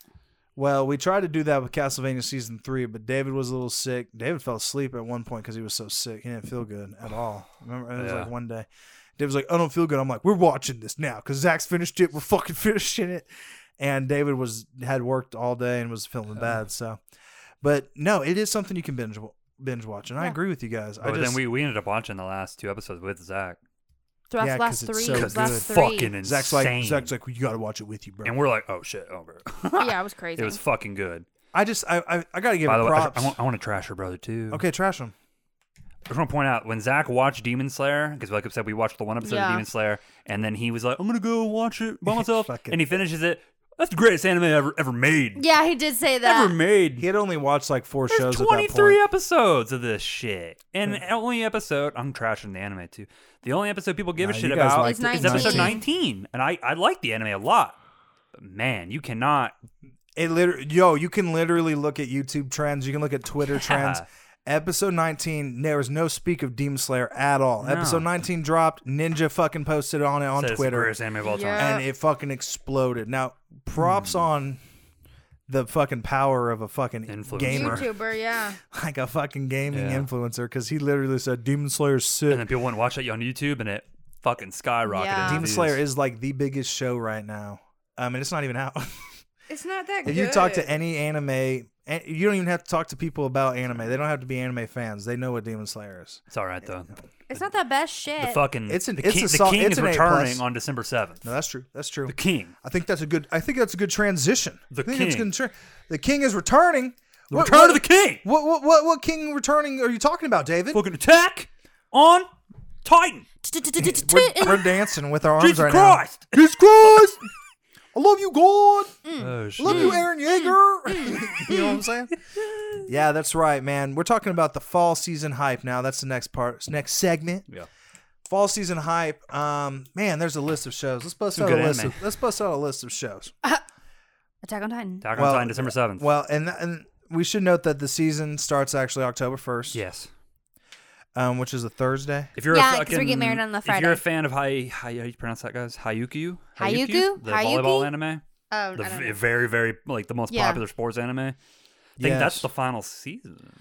Well, we tried to do that with Castlevania season three, but David was a little sick. David fell asleep at one point because he was so sick. He didn't feel good at all. Remember, it was Yeah. like one day. David's like, I don't feel good. I'm like, we're watching this now because Zach's finished it. We're fucking finishing it. And David was had worked all day and was feeling bad. So, but no, it is something you can binge binge watch, and I Yeah. agree with you guys. I But just Oh, then we, we ended up watching the last two episodes with Zach Throughout Yeah, the 'cause last it's three, so because good. last it's three. fucking insane. Zach's like Zach's like, you got to watch it with you, bro. and we're like, oh shit, oh bro. yeah, it was crazy. it was fucking good. I just I I, I got to give By it the way, I, props. I, want, I want to trash her brother too. okay, trash him. I just want to point out when Zach watched Demon Slayer because, like I said, we watched the one episode Yeah. of Demon Slayer, and then he was like, "I'm gonna go watch it by myself," Fucking- and he finishes it. That's the greatest anime ever ever made. yeah, he did say that. Ever made. He had only watched like four There's shows. at that 23 point. episodes of this shit. And the only episode, I'm trashing the anime too. The only episode people give Nah, a you shit guys about liked is it. It's episode 19. 19. And I, I like the anime a lot. But man, you cannot. It literally, yo, you can literally look at YouTube trends. You can look at Twitter trends. Episode 19, there was no speak of Demon Slayer at all. No. Episode 19 dropped. Ninja fucking posted on it on Says Twitter. Greatest anime of all time. Yeah. and it fucking exploded. Now, Hmm. props on the fucking power of a fucking Influencer. gamer, YouTuber, yeah. like a fucking gaming Yeah. influencer, because he literally said Demon Slayer's And sick. then people went and watched it on YouTube, and it fucking skyrocketed. Yeah. in Demon views. Slayer is like the biggest show right now. I mean, it's not even out. It's not that if good. you talk to any anime, and you don't even have to talk to people about anime. They don't have to be anime fans. They know what Demon Slayer is. It's all right though. it's not the best The shit. fucking It's an- the it's king, a the sol- king it's is an A returning plus. on December seventh. No, that's true. That's true. the king. I think that's a good. I think that's a good transition. The I think It's king. good tra- the king is returning. The return of the king. What, what what what king returning are you talking about, David? Fucking attack on Titan. We're, we're dancing with our arms Jesus right Christ. now. Jesus Christ! I love you, God. Oh I shit. love you, Aaron Yeager. you know what I'm saying? Yeah, that's right, man. We're talking about the fall season hype now. That's the next part, next segment. Yeah. Fall season hype. Um, man, there's a list of shows. Let's bust Some out a good list. anime. Of, let's bust out a list of shows. Attack on Titan. Attack on Titan, December seventh. Well, and and we should note that the season starts actually October 1st, yes. um, which is a Thursday. If you're Yeah, a 'cause we fucking, get married on the If you're Friday. a fan of Hai, Hai how do you pronounce that, guys? Hayuku. Hayuku? The Hayuki? volleyball anime. Oh, The I don't v- know. very, very like the most Yeah. popular sports anime. I think Yes. that's the final season.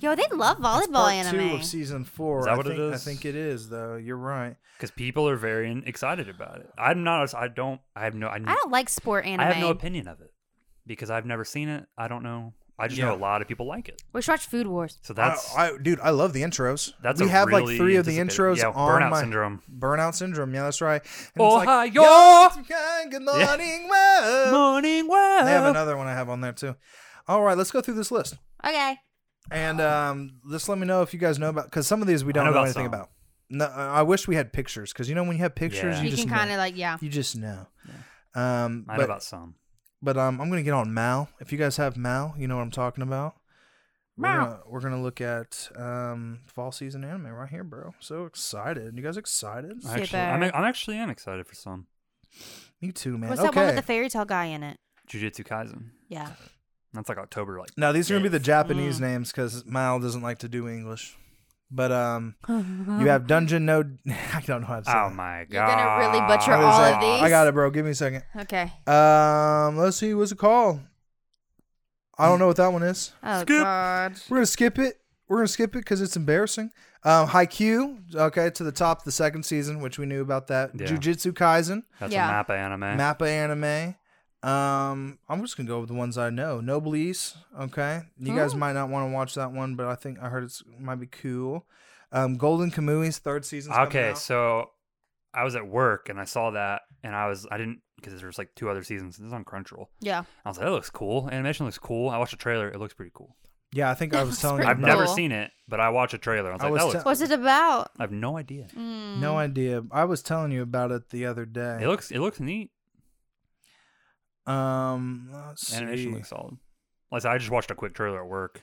Yo, they love volleyball Part two anime. of season four. Is that I what it think, I is? think it is, though. You're right. because people are very in- excited about it. I'm not. I don't. I have no. I, I don't like sport anime. I have no opinion of it because I've never seen it. I don't know. I just know Yeah. a lot of people like it. We should watch Food Wars. So that's I, I, dude. I love the intros. that's. we a have really like three of the anticipated- intros Yeah, on Burnout my Syndrome. Burnout syndrome. Yeah, that's right. And Oh it's hi, like, yo, "Yo, good morning, world." morning They have world. another one I have on there too. All right, let's go through this list Okay. and um, just let me know if you guys know about because some of these we don't know know, about anything some. about. No, I wish we had pictures because you know when you have pictures, Yeah. You you, can just kind kind know. of like, yeah. you just know. Um, I know but about some. but um, I'm gonna get on Mal. If you guys have Mal, you know what I'm talking about. Mal. We're gonna, we're gonna look at um, fall season anime right here, bro. So excited! You guys excited? I Actually, Super. I'm, I'm actually am excited for some Me too, man. What's okay. that one with the fairy tale guy in it? Jujutsu Kaisen. Yeah. That's like October. Like now these are gonna be the Japanese Mm. names because Mal doesn't like to do English. But um, you have Dungeon No. I don't know how to say. oh that. my god. You're gonna really butcher What is all that? of these? I got it, bro. Give me a second. Okay. Um, let's see. What's it called? I don't know what that one is. Oh, Skip. God. We're gonna skip it. We're gonna skip it because it's embarrassing. Um, Haikyuu, okay, to the top of the second season, which we knew about that. Yeah. Eh. Jujutsu Kaisen, That's Yeah. a mappa anime. Mappa anime. Um, I'm just gonna go with the ones I know. Noble East, okay. You guys might not want to watch that one, but I think I heard it's might be cool. Um, Golden Kamui's third season. Okay, so I was at work and I saw that, and I was I didn't because there's like two other seasons. This is on Crunchyroll. Yeah. I was like, that looks cool. Animation looks cool. I watched a trailer. It looks pretty cool. yeah, I think I was telling you. Pretty I've about never it. cool. seen it, but I watched a trailer. I was I like, was that looks. tell- What's it about? I have no idea. Hmm. No idea. I was telling you about it the other Mm-hmm. It day. looks. It looks neat. Um, let's Animation see. looks solid. Like I said, I just watched a quick trailer at work.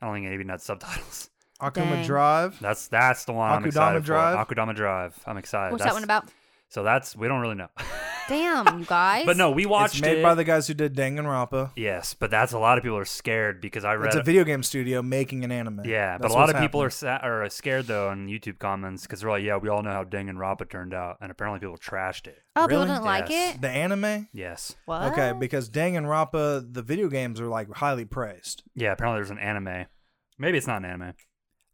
I don't think it even had subtitles. Akuma Dang. Drive. That's that's the one I'm Akudama excited Drive? for. Akudama Drive. I'm excited. What's That's- that one about? So that's we don't really know. Damn, you guys. but no, we watched it's made it. by the guys who did Danganronpa. yes, but that's a lot of people are scared because I read It's a video game studio making an anime. Yeah, but That's a lot what's of people are happening. sa- are scared though on YouTube comments because they're like, "Yeah, we all know how Danganronpa turned out," and apparently people trashed it. oh, people Really? didn't like Yes. it. the anime. Yes, What? Okay, because Danganronpa, the video games are like highly praised. yeah. Apparently, there's an anime. Maybe it's not an anime.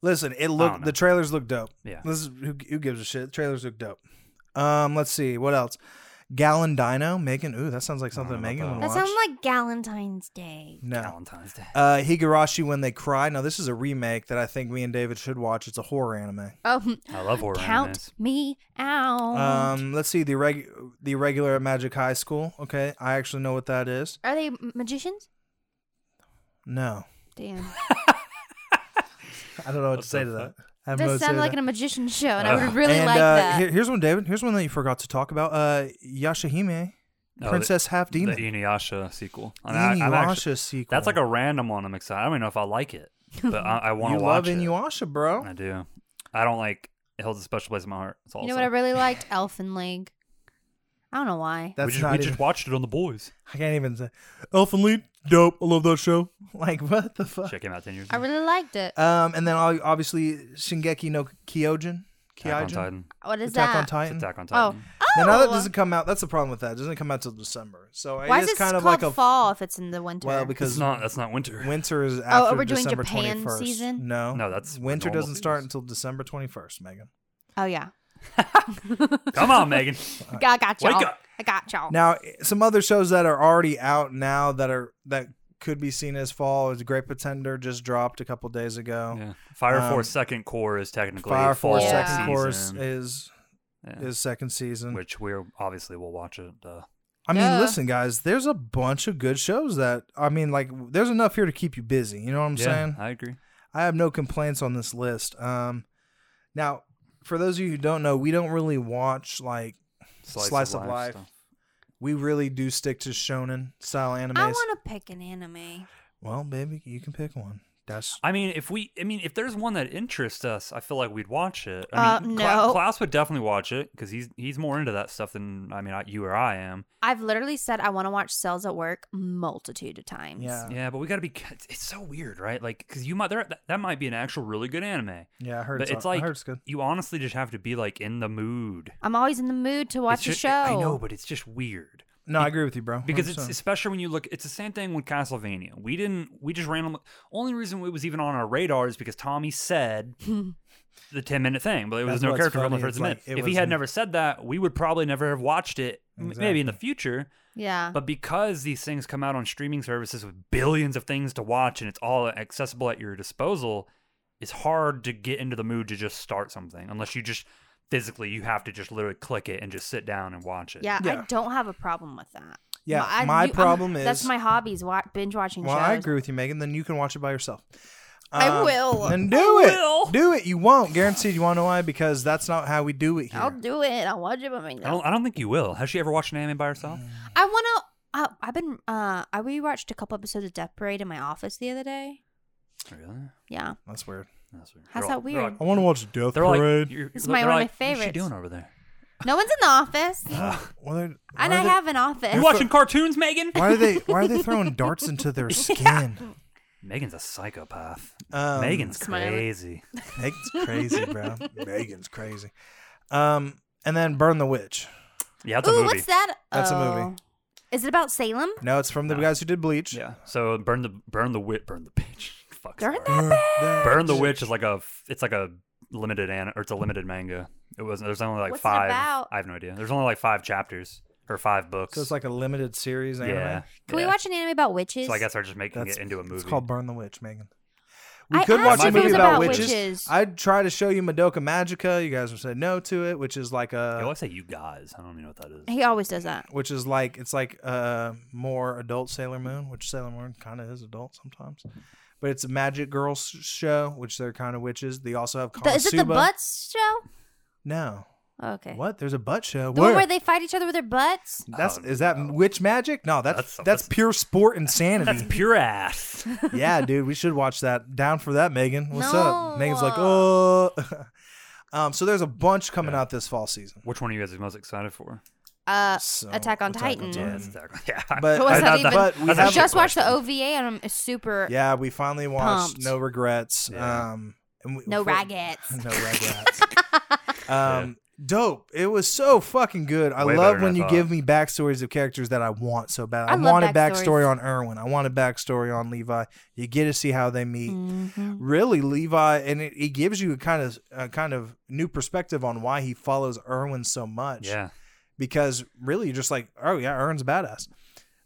Listen, it don't looked know. the trailers look dope. Yeah. this is who, who gives a shit. The trailers look dope. Um, let's see what else. Gallon Dino, Megan. Ooh, that sounds like I don't something know Megan about would that watch. sounds like Galentine's Day. no. Valentine's Day. Uh, Higurashi when they cry. Now this is a remake that I think me and David should watch. It's a horror anime. Oh, I love horror Count animes. me out. Um, let's see the reg the regular at Magic High School. Okay, I actually know what that is. Are they m- magicians? No, Damn. I don't know what What to say the to that. fuck? I have no This say to sounded like that. a magician show, and I Uh, would really and, like uh, that. here- here's one, David. Here's one that you forgot to talk about. Uh, Yashahime, Oh, Princess Half The, the Demon. Inuyasha sequel. I mean, I- I'm actually- Inuyasha sequel. that's like a random one. I'm excited. I don't even know if I like it, but I, I want you to watch love it. Inuyasha, bro. I do. I don't like. It holds a special place in my heart. That's all. you I'll know what say. I really liked? Elfin League. I don't know why. That's we just, not. we even, just watched it on the boys. I can't even say. Elfin Lead, dope. I love that show. Like what the fuck? Check him out ten years. I ago. really liked it. Um, and then ob- obviously Shingeki no Kyojin. Attack on Kyojin. Titan. What is Attack that? on It's Titan. Attack on Oh, Titan. Now, now that doesn't come out, that's the problem with that. It doesn't come out till December, so Why it is is it kind called of like a fall if it's in the winter? well It's because not. That's not winter. winter is after we're doing December Japan 21st. season? No, No, that's winter normal doesn't start seasons. until December twenty first. Megan. oh yeah, Come on, Megan. I got y'all. Wake up. I got y'all. Now, some other shows that are already out now that are that could be seen as fall is Great Pretender just dropped a couple days ago. Yeah. Fire Um, Force Second Core is technically Fire fall Force Yeah. Second season, Course is Yeah. is second season. which we're obviously will watch it. Uh, I mean, Duh. listen, guys, there's a bunch of good shows that I mean, like, there's enough here to keep you busy. You know what I'm yeah, saying? I agree. I have no complaints on this list. Um, now, for those of you who don't know, we don't really watch like Slice of life. stuff. we really do stick to shonen style animes. I want to pick an anime. well, baby, you can pick one. That's I mean, if we, I mean, if there's one that interests us, I feel like we'd watch it. Uh, I mean, Cla- no. Klaus would definitely watch it because he's he's more into that stuff than I mean, I, you or I am. I've literally said I want to watch Cells at Work multitude of times. yeah, yeah. Yeah, but we got to be. c- it's- It's so weird, right? Like, because you might there that, that might be an actual really good anime, I heard. but it's, it's I like heard it's good. you honestly just have to be like in the mood. I'm always in the mood to watch It's a show. ju- I know, but it's just weird. No, I agree with you, bro. because it's 100%. especially when you look it's the same thing with castlevania we didn't we just randomly only reason it was even on our radar is because tommy said the 10 minute thing but there was That's no what's character from the funny, first it's like, minute it if he was- had never said that we would probably never have watched it m- maybe in the future yeah. but because these things come out on streaming services with billions of things to watch and it's all accessible at your disposal it's hard to get into the mood to just start something unless you just physically you have to just literally click it and just sit down and watch it yeah, Yeah. I don't have a problem with that. Yeah, I- my you- I'm- problem is that's my hobbies: wa- binge watching Well, shows. I agree with you, Megan. Then you can watch it by yourself. I will. And do I it. will. Do it. You won't. Guaranteed. You want to know why? Because that's not how we do it here. I'll do it. I'll watch it by myself. I don't, I don't think you will. Has she ever watched an anime by herself? I want to. Uh, I've been. Uh, I rewatched a couple episodes of Death Parade in my office the other day. Really? Yeah, Mm. that's weird. That's weird. How's They're that all- they're weird? like- I want to watch Death They're like, Parade. you're- This is they're my- one of like, my What's she doing favorites. over there? no one's in the office, Well, they're- why are and I they- have an office. You watching cartoons, Megan? Why are they? Why are they throwing darts into their skin? Megan's a psychopath. Um, Megan's Smiling. crazy. Megan's crazy, bro. Megan's crazy. Um, and then burn the witch. Yeah, that's a Ooh, movie. what's that? That's a Oh. movie. Is it about Salem? No, it's from the No. guys who did Bleach. Yeah. So burn the burn the wit burn the bitch. Fuck. Burn Burn sorry. the Burn the witch is like a f- it's like a limited an or it's a limited manga. It was there's only like What's it five. about? I have no idea. There's only like five chapters or five books. So it's like a limited series yeah. anime. Can yeah. we watch an anime about witches? So I guess they're just making That's- it into a movie. It's called Burn the Witch, Megan. I asked if it was about witches. I'd try to show you Madoka Magica. You guys have said no to it, which is like I a always say you guys. I don't even know what that is. He always does that. which is like it's like uh more adult Sailor Moon, which Sailor Moon kind of is adult sometimes. But it's a magic girls show, which they're kind of witches. They also have The- Konosuba. is it the butts show? No. Okay. What? There's a butt show. The where? one where they fight each other with their butts? that's Oh, is that no. witch magic? No, that's That's- that's, that's- pure sport insanity. That's pure ass. yeah, dude, we should watch that. Down for that, Megan. What's up? No. Megan's like, oh. um, so there's a bunch coming Yeah. out this fall season. Which one are you guys most excited for? Uh, So, Attack on Titan. Yeah, it's exactly. Yeah. Mm. But, What's that even- but we That's I have actually a just watched the question. OVA and I'm super. yeah, we finally watched Pumped. No Regrets. Yeah. Um, and we, No for- raggets. no regrets. um, dope. It was so fucking good. I Way better love than when I you thought. give me backstories of characters that I want so bad. I, I love wanted backstories. backstory on Erwin. I wanted backstory on Levi. You get to see how they meet. Mm-hmm. Really, Levi, and it, it gives you a kind of a kind of new perspective on why he follows Erwin so much. Yeah. because really you're just like, oh yeah, Erwin's a badass.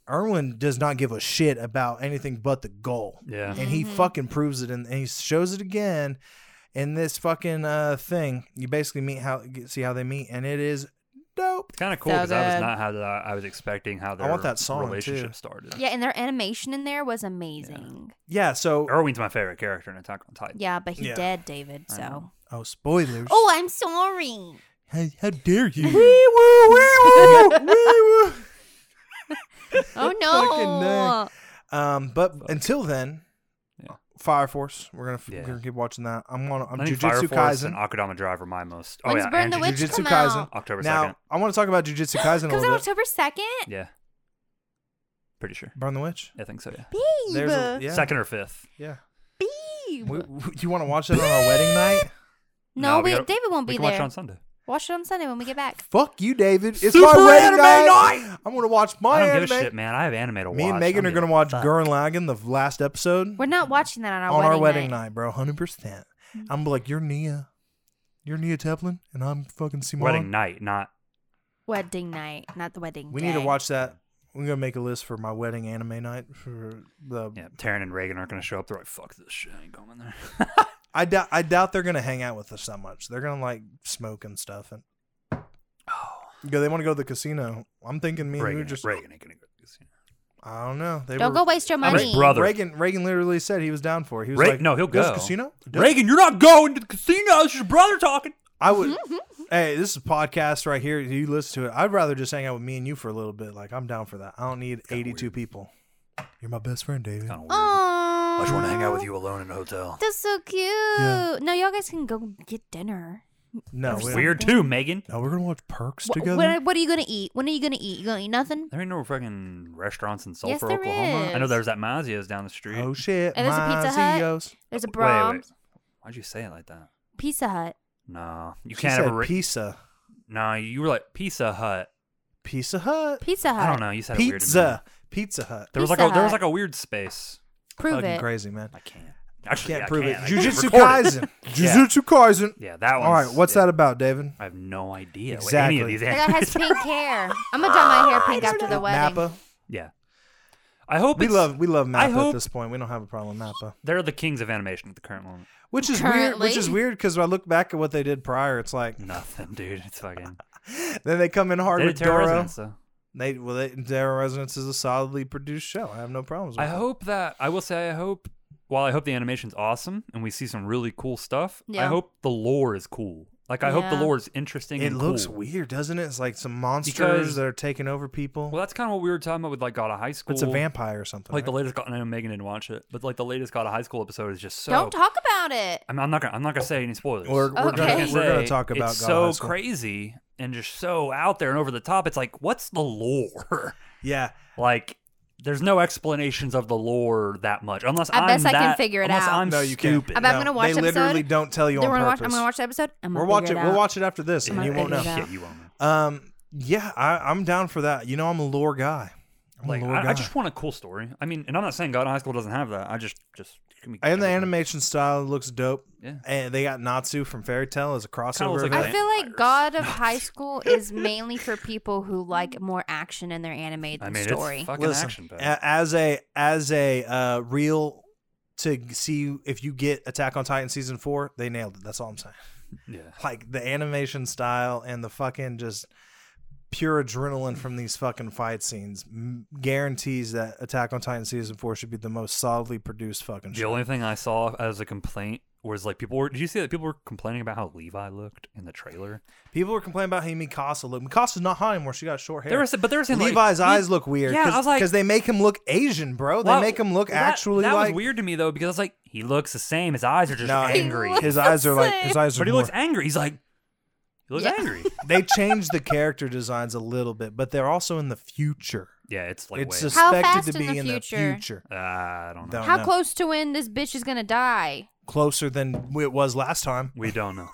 Erwin does not give a shit about anything but the goal. Yeah. And he fucking proves it and, and he shows it again in this fucking uh, thing. You basically meet how get- see how they meet and it is dope. It's kind of cool So because I was good. not how that I was expecting how their want that song, relationship too. started. Yeah, and their animation in there was amazing. Yeah, so Erwin's my favorite character in Attack on Titan. Yeah, but he Yeah. dead, David, I so. know. oh spoilers. Oh, I'm sorry. How, how dare you? wee woo wee woo wee woo. Oh, Fucking no. Oh, dang. Um, but until then, Yeah. Fire Force. We're gonna, f- Yeah. we're gonna keep watching that. I'm gonna. I'm I think Fire Jujutsu Force and Kaisen. Akadama Drive are my most. Oh When's yeah, Burn and the Witch Jujutsu come Kaisen. out? October Now second. I want to talk about Jujutsu Kaisen a Comes little out bit. October second. Yeah, pretty sure. Burn the Witch. I think so. Yeah, Babe. There's a, yeah, second or fifth. yeah. Babe. We, we- you want to watch it on our wedding night? no, we we, gotta- David won't We be can there. watch it on Sunday. Sunday when we get back. Fuck you, David. It's Super my wedding anime night. I'm gonna watch my I don't anime. give a shit, man. I have anime to watch. Me and I don't Megan are give a gonna watch fuck. Gurren Lagann, the last episode, We're not watching that on our on wedding our wedding night. night, bro. Hundred percent. I'm like, you're Nia, you're Nia Teplin, and I'm fucking Simon. Wedding night, not Wedding night, not the wedding. We need to day. watch that. We're gonna make a list for my wedding anime night for the. yeah. Taryn and Reagan aren't gonna show up. They're like, "Fuck this shit, I ain't going there." I doubt. I doubt they're gonna hang out with us that much. They're gonna like smoke and stuff, and go. They want to go to the casino. I'm thinking me and you Reagan, just. Reagan ain't gonna go. to the casino. I don't know. They Don't were, go waste your I'm his money. brother. Reagan. Reagan literally said he was down for. it. He was Ra- like, no, he'll "This go." casino. Reagan, you're not going to the casino. It's your brother talking. I would. hey, this is a podcast right here. You listen to it. I'd rather just hang out with me and you for a little bit. Like I'm down for that. I don't need 82 people. You're my best friend, David. Kind of weird. Aww. I just want to hang out with you alone in a hotel. That's so cute. Yeah. No, y'all guys can go get dinner. No, That's we don't- Weird too, Megan. No, we're gonna watch Perks Wh- together. What, what are you gonna eat? When are you gonna eat? You gonna eat nothing? There ain't no fucking restaurants in Sulphur, Yes, there Oklahoma. I know is. there's that Mazio's down the street. Oh shit! And there's a Pizza my E Hut. CEOs. There's a wait, wait. Brahms, Why'd you say it like that? Pizza Hut. No, you She can't said ever. Re- pizza. no, you were like Pizza Hut. Pizza Hut. Pizza Hut. I don't know. You said it weird. to me. Pizza. Pizza Hut. There was like Pizza a there was Hut. like a weird space. Prove Fucking it. crazy, man. I can't. Actually, Can't yeah, I prove it. can. I can Jujutsu record it. Kaisen. Jujutsu Kaisen. Yeah, that one. All right, what's that about, David? I have no idea. What Exactly. any of these That guy has animes- pink hair. I'm gonna dye my hair pink after the wedding. Mappa. yeah. I hope We it's- love we love I Mappa at hope- this point. We don't have a problem with Mappa. They're the kings of animation at the current moment. Which is weird. Which Currently. is weird because I look back at what they did prior. It's like Nothing, dude. It's fucking. then they come in hard They with did Terra Doro. Resonance, though. They well, they, Terra Resonance is a solidly produced show. I have no problems. With I it. hope that I will say I hope. While I hope the animation's awesome and we see some really cool stuff, I Yeah. hope the lore is cool. Like I hope Yeah. the lore is interesting. It and looks cool. weird, doesn't it? It's like some monsters Because- that are taking over people. Well, that's kind of what we were talking about with like God of High School. it's a vampire or something. Like the right? latest God, I know Megan didn't watch it, but like the latest God of High School episode is just so. Don't talk about it. I mean, I'm not gonna. I'm not gonna say any spoilers. We're- we're I'm just gonna- we're gonna say talk about it's God of High so School. crazy and just so out there and over the top. It's like, what's the lore? yeah. like, there's no explanations of the lore that much, unless I am guess I can that- figure it unless out. I'm No, you can't. stupid. I bet I'm gonna watch They literally episode. don't tell you Then on we're gonna watch, purpose. I'm gonna watch the episode. I'm We're gonna watching. figure it We'll out. watch it after this, I'm and you gonna won't figure it know. out. Yeah, you won't. know. Um, yeah, I, I'm down for that. You know, I'm a lore guy. I'm Like, a lore I, guy. I just want a cool story. I mean, and I'm not saying God of High School doesn't have that. I just, just give me and the everything. animation style looks dope. Yeah. And they got Natsu from Fairy Tale as a crossover. looks like event. I feel like Vampires. God of High School is mainly for people who like more action in their anime than I mean, story. it's fucking action. Listen, packed. a- as a as a uh, real to see if you get Attack on Titan season four, they nailed it. That's all I'm saying. yeah. Like the animation style and the fucking just pure adrenaline from these fucking fight scenes m- guarantees that Attack on Titan season four should be the most solidly produced fucking The show. only thing I saw as a complaint was like people were. Did you see that people were complaining about how Levi looked in the trailer? People were complaining about how Mikasa looked. Mikasa's not hot anymore. She got short hair. There was, but there was saying, like, Levi's he- eyes look weird. Yeah, I cause, was like- 'cause they make him look Asian, bro. They Wow, make him look that- actually That like was weird to me though because I was like, he looks the same. His eyes are just No, he angry. looks- His eyes are like Same. his eyes are but he more looks angry. He's like, he looks Yeah. angry. they changed the character designs a little bit, but they're also in the future. Yeah, it's like it's way. How suspected fast to be in the, future? future? uh, I don't know. Don't How know. close to when this bitch is gonna die? Closer than it was last time. We don't know.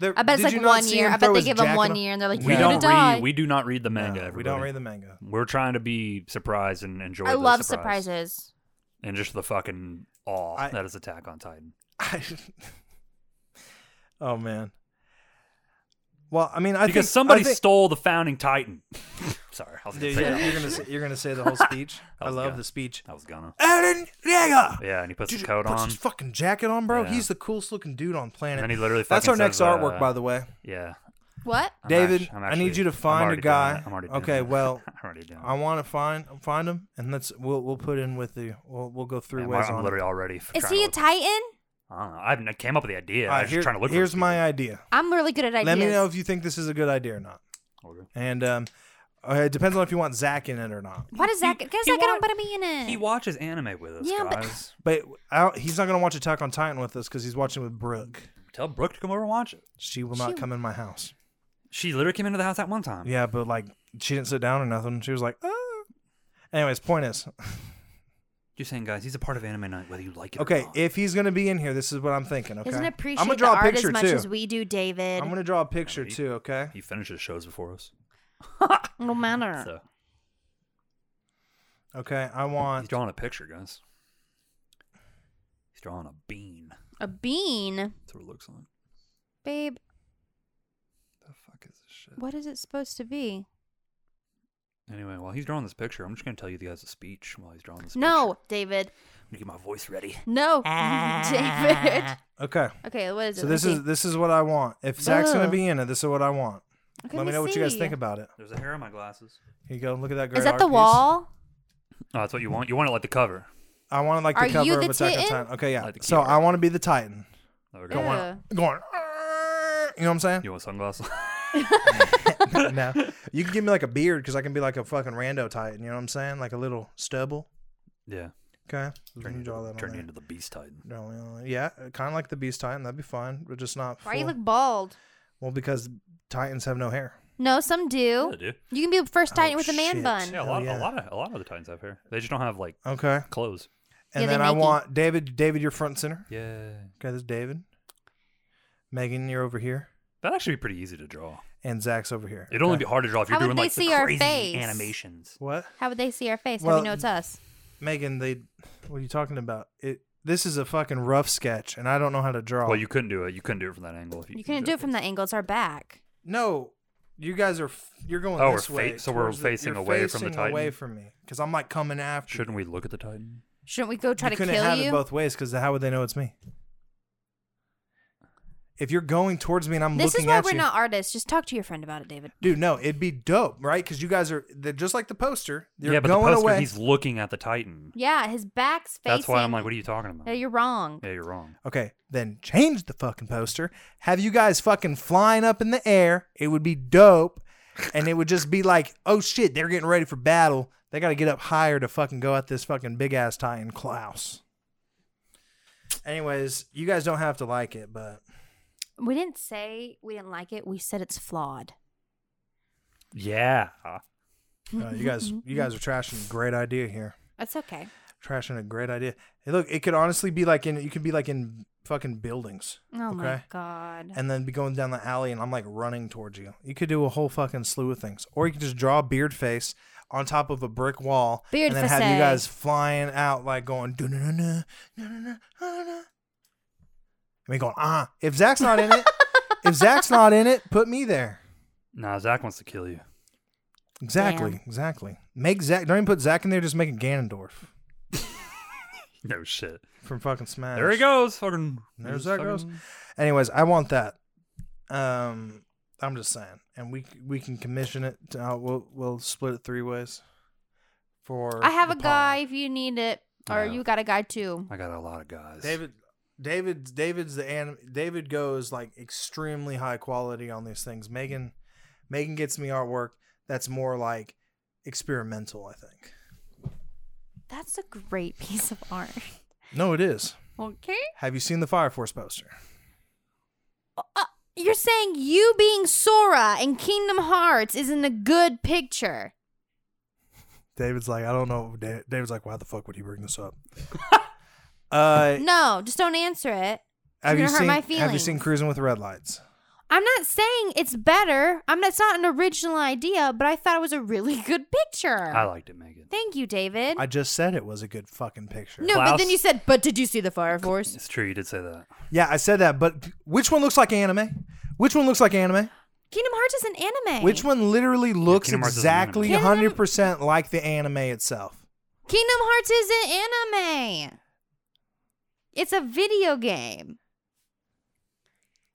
There- I bet did it's you like not one see year. him I throw bet they his give him jacket one on- year and they're like, we "You're don't gonna die." read. We do not read the manga. No, we don't everybody. read the manga. We're trying to be surprised and enjoy. I the love surprise. surprises. and just the fucking awe I- that is Attack on Titan. oh man. Well, I mean, I because think, somebody I think, stole the founding Titan. Sorry, I was gonna Dude, say you're, that. you're gonna say, you're gonna say the whole speech. I was love good. the speech. I was gonna. Eren Yeager. Yeah, and he puts Dude, his coat puts on. his fucking jacket on, bro. Yeah. He's the coolest looking dude on planet. And then he literally That's fucking our next says, artwork, uh, by the way. Yeah. What? I'm David, actu- I'm I need actually- you to I'm find a already doing guy. that. I'm already doing Okay, that. well, I'm already doing I that. want to find find him, and let's we'll we'll put in with the we'll we'll go three Yeah, ways I'm on. literally it. already. f- Is trying he to a look- titan? I I don't know. I haven't- I came up with the idea. I Alright, was here- just trying to look. here's for these my idea. I'm really good at ideas. Let me know if you think this is a good idea or not. people. And um, Uh, it depends on if you want Zach in it or not. Why does Zach? He- Because he Zach don't wa- want to be in it. He watches anime with us, Yeah, but- guys. But I don't, he's not going to watch Attack on Titan with us because he's watching with Brooke. Tell Brooke to come over and watch it. She will not She- come in my house. She literally came into the house that one time. Yeah, but like she didn't sit down or nothing. She was like, ah. Anyways, point is, Just saying, guys, he's a part of anime night, whether you like it or okay, not. if he's gonna be in here, this is what I'm thinking. Okay, Doesn't appreciate I'm gonna draw the a art picture as much too. as we do, David. I'm gonna draw a picture he- too. Okay, he finishes shows before us. no matter. So okay. I he's want drawing a picture, guys. He's drawing a bean. A bean, That's what it looks like. babe. The fuck is this shit? What is it supposed to be? Anyway, while he's drawing this picture, I'm just gonna tell you the guys a speech while he's drawing this. picture. No, David. I'm gonna get my voice ready. No, Oh, Ah. David. okay. Okay, what is it? Ah. So Let this me is see. this is what I want. If Zach's gonna Ugh. be in it, this is what I want. Okay, let me know what you guys see. think about it. There's a hair on my glasses. Here you go. Look at that. Great Is that art the piece. wall? Oh, that's what you want. You want it like the cover. I want like the Are you cover of the Attack on Titan? Titan. Okay, yeah. Like the so keyword. I want to be the Titan. There we go. Don't You want- want going. "Arr!" You know what I'm saying? You want sunglasses? no. You can give me like a beard because I can be like a fucking rando titan. You know what I'm saying? Like a little stubble. yeah. Okay. You Turn you, can draw into, that turn on you there. into the Beast Titan. No, no, no. yeah, kind of like the beast titan. That'd be fun, but just not. Why do you full. look bald? Well, because titans have no hair. No, some do. Yeah, dude. You can be the first Oh, Titan with a man shit. bun. Yeah, a Hell lot, yeah. a lot of a lot of the Titans have hair. They just don't have like Okay. clothes. And Yeah, they then I make you- want David. David, you're front and center. Yeah, Okay, this is David. Megan, you're over here, that'd actually be pretty easy to draw. and Zach's over here. It'd only Okay. be hard to draw if you're How would doing they like the see our crazy face? animations. what? How would they see our face? How do Well, we know it's us? Megan, they. What are you talking about? It. This is a fucking rough sketch, and I don't know how to draw. Well, you couldn't do it. You couldn't do it from that angle. If you, You couldn't do it from that angle. It's our back. No, you guys are f- you're going Oh, we're this fa- way. so we're towards facing you're away from the facing Away Titan? from me, because I'm like coming after. you. Shouldn't we look at the Titan? Shouldn't we go try you to couldn't kill have you? it both ways, because how would they know it's me? If you're going towards me and I'm this looking is why at we're you, not artists. Just talk to your friend about it, David. dude, no, it'd be dope, right? Because you guys are they're just like the poster. They're yeah, but going the poster, away. he's looking at the Titan. Yeah, his back's facing. That's why I'm like, what are you talking about? Yeah, you're wrong. Yeah, you're wrong. Okay, then change the fucking poster. Have you guys fucking flying up in the air? It would be dope, and it would just be like, oh shit, they're getting ready for battle. They got to get up higher to fucking go at this fucking big ass Titan Klaus. Anyways, you guys don't have to like it, but We didn't say we didn't like it. We said it's flawed. Yeah. uh, you guys, you guys are trashing a great idea here. That's okay. Trashing a great idea. Hey, look, it could honestly be like in, you could be like in fucking buildings, Oh my Okay. god. and then be going down the alley and I'm like running towards you. You could do a whole fucking slew of things. Or you could just draw a beard face on top of a brick wall Beard and then have you face. guys flying out like going do na na na na na na na and me going, ah. If Zach's not in it, if Zach's not in it, put me there. Nah, Zach wants to kill you. Exactly. Damn. Exactly. Make Zach don't even put Zach in there, just make it Ganondorf No shit. from fucking Smash. There he goes. Fucking. There's that goes. fucking- Anyways, I want that. Um I'm just saying, and we we can commission it. To, uh, we'll we'll split it three ways. For I have the a pod. guy if you need it, or Yeah. you got a guy too. I got a lot of guys. David. David. David's the anim- David goes like extremely high quality on these things. Megan, Megan gets me artwork that's more like experimental. I think. That's a great piece of art. No, it is. Okay. Have you seen the Fire Force poster? Uh, You're saying you being Sora in Kingdom Hearts isn't a good picture. David's like, I don't know. Da- David's like, why the fuck would he bring this up? uh, No, just don't answer it. have you gonna hurt seen? my Have you seen feelings. Cruising with Red Lights? I'm not saying it's better. I'm not, it's not an original idea, but I thought it was a really good picture. I liked it, Megan. Thank you, David. I just said it was a good fucking picture. no, but Klaus- then you said, but did you see the Fire Force? It's true. You did say that. Yeah, I said that, but which one looks like anime? Which one looks like anime? Kingdom Hearts is an anime. Which one literally looks Kingdom Hearts is an anime. exactly Kingdom- 100% like the anime itself? Kingdom Hearts is an anime. It's a video game.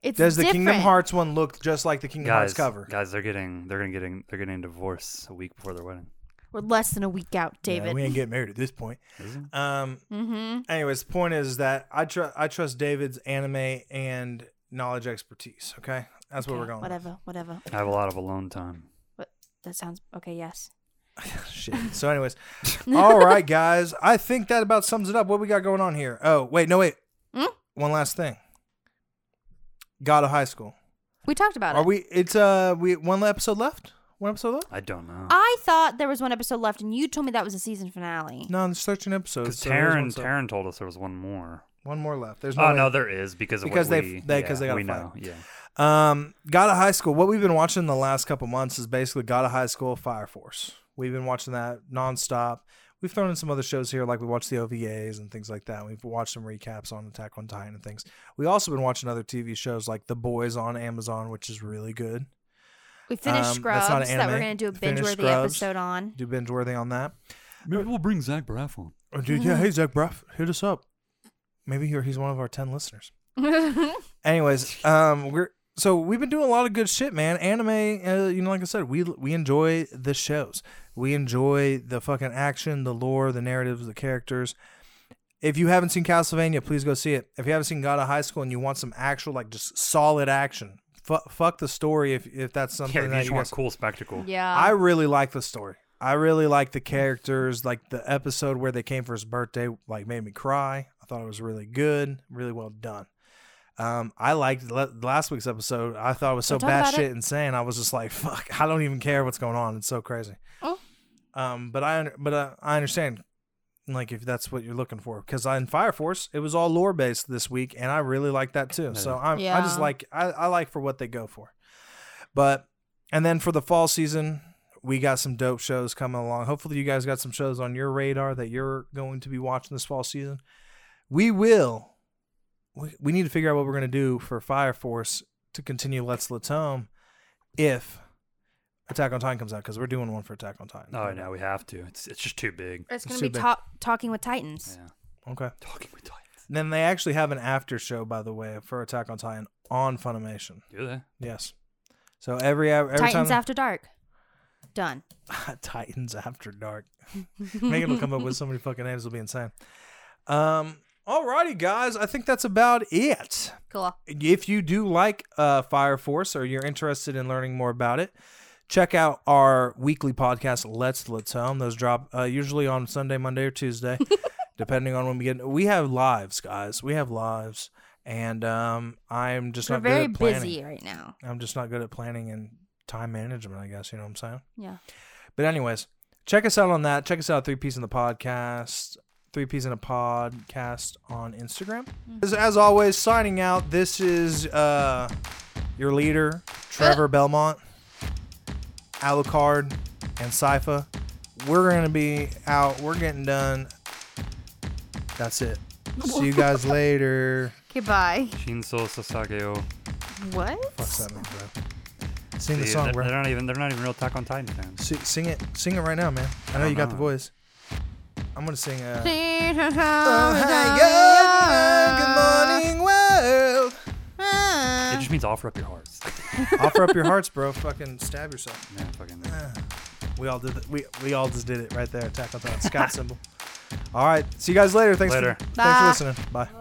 It's Does the Kingdom different. Hearts one look just like the Kingdom Hearts guys, cover? guys, they're getting, they're gonna getting, they're getting a divorce a week before their wedding. We're less than a week out, David. Yeah, we ain't getting married at this point. Is it? Um, mm-hmm. anyways, the point is that I, tr- I trust David's anime and knowledge expertise, okay? That's what we're going with. Whatever, whatever. I have a lot of alone time. What? That sounds okay. Yes. Shit. So, anyways, all right, guys. I think that about sums it up. What we got going on here? Oh, wait, no, wait. Hmm? One last thing. God of High School. We talked about Are it. we? It's uh, we one episode left. One episode left. I don't know. I thought there was one episode left, and you told me that was a season finale. No, there's 13 episodes. Because so there's one, Taryn, so- Taryn told us there was one more. one more left. There's no. Oh way- no, there is because of Because they- what we, they- yeah, 'cause they gotta we fight. know. Yeah, Um, God of High School. What we've been watching the last couple months is basically God of High School, Fire Force. We've been watching that nonstop. We've thrown in some other shows here, like we watched the OVAs and things like that. We've watched some recaps on Attack on Titan and things. We've also been watching other TV shows like The Boys on Amazon, which is really good. We finished Um, that's Scrubs not an that we're anime. gonna do a Finished binge worthy Scrubs. episode on. Do binge worthy on that. maybe we'll bring Zach Braff on. Oh, dude, yeah, hey, Zach Braff, hit us up. Maybe you're- he's one of our 10 listeners. Anyways, um, we're so we've been doing a lot of good shit, man. Anime, uh, you know, like I said, we we enjoy the shows, we enjoy the fucking action, the lore, the narratives, the characters. If you haven't seen Castlevania, please go see it. If you haven't seen God of High School and you want some actual, like, just solid action, fu- fuck the story. If if that's something Yeah, you that just you want guys, a cool spectacle. yeah. I really like the story. I really like the characters. Like the episode where they came for his birthday, like made me cry. I thought it was really good, really well done. Um, I liked le- last week's episode. I thought it was so Don't talk about batshit insane. I was just like, "Fuck! I don't even care what's going on. It's so crazy." Oh. Um, but I under- but uh, I understand, like if that's what you're looking for, because in Fire Force it was all lore based this week, and I really like that too. So I'm, I just Yeah. like I, I like for what they go for, but and then for the fall season, we got some dope shows coming along. Hopefully, you guys got some shows on your radar that you're going to be watching this fall season. We will. We, we need to figure out what we're going to do for Fire Force to continue Let's Latome if Attack on Titan comes out because we're doing one for Attack on Titan. Oh no, we have to. It's it's just too big. it's gonna too be big. talk- talking with Titans. Yeah, Okay. talking with titans. And then they actually have an after show, by the way, for Attack on Titan on Funimation. Do they? Yes. So every every Titans time After Dark. Done. Titans After Dark. Megan will come up with so many fucking names, it'll be insane. Um, alrighty, guys, I think that's about it. Cool. If you do like uh, Fire Force or you're interested in learning more about it, check out our weekly podcast, Let's Let's Home. Those drop uh, usually on Sunday, Monday, or Tuesday, depending on when we get. We have lives, guys. We have lives, and um, I'm just We're not very good at planning. busy right now. I'm just not good at planning and time management. I guess you know what I'm saying. Yeah. But anyways, check us out on that. Check us out, Three Piece in the Podcast, Three Piece in a Podcast on Instagram. As, as always, signing out. This is uh, your leader, Trevor Belmont, Alucard, and Sypha. We're gonna be out. We're getting done. That's it. See you guys later. Goodbye. Shinso Sasageo. What? Fuck's that mean, bro? Sing the Dude, song, they're, bro. they're not even they're not even real Attack on Titan fans. Si- Sing it. Sing it right now, man. I know don't you got the know. voice. I'm gonna sing. Uh, Oh, morning, world. It just means offer up your hearts. Offer up your hearts, bro. Fucking stab yourself. yeah, fucking. We all did. It. We we all just did it right there. Attack on Titan. Scott symbol. All right. See you guys later. Thanks. Later. For, Bye. Thanks for listening. Bye.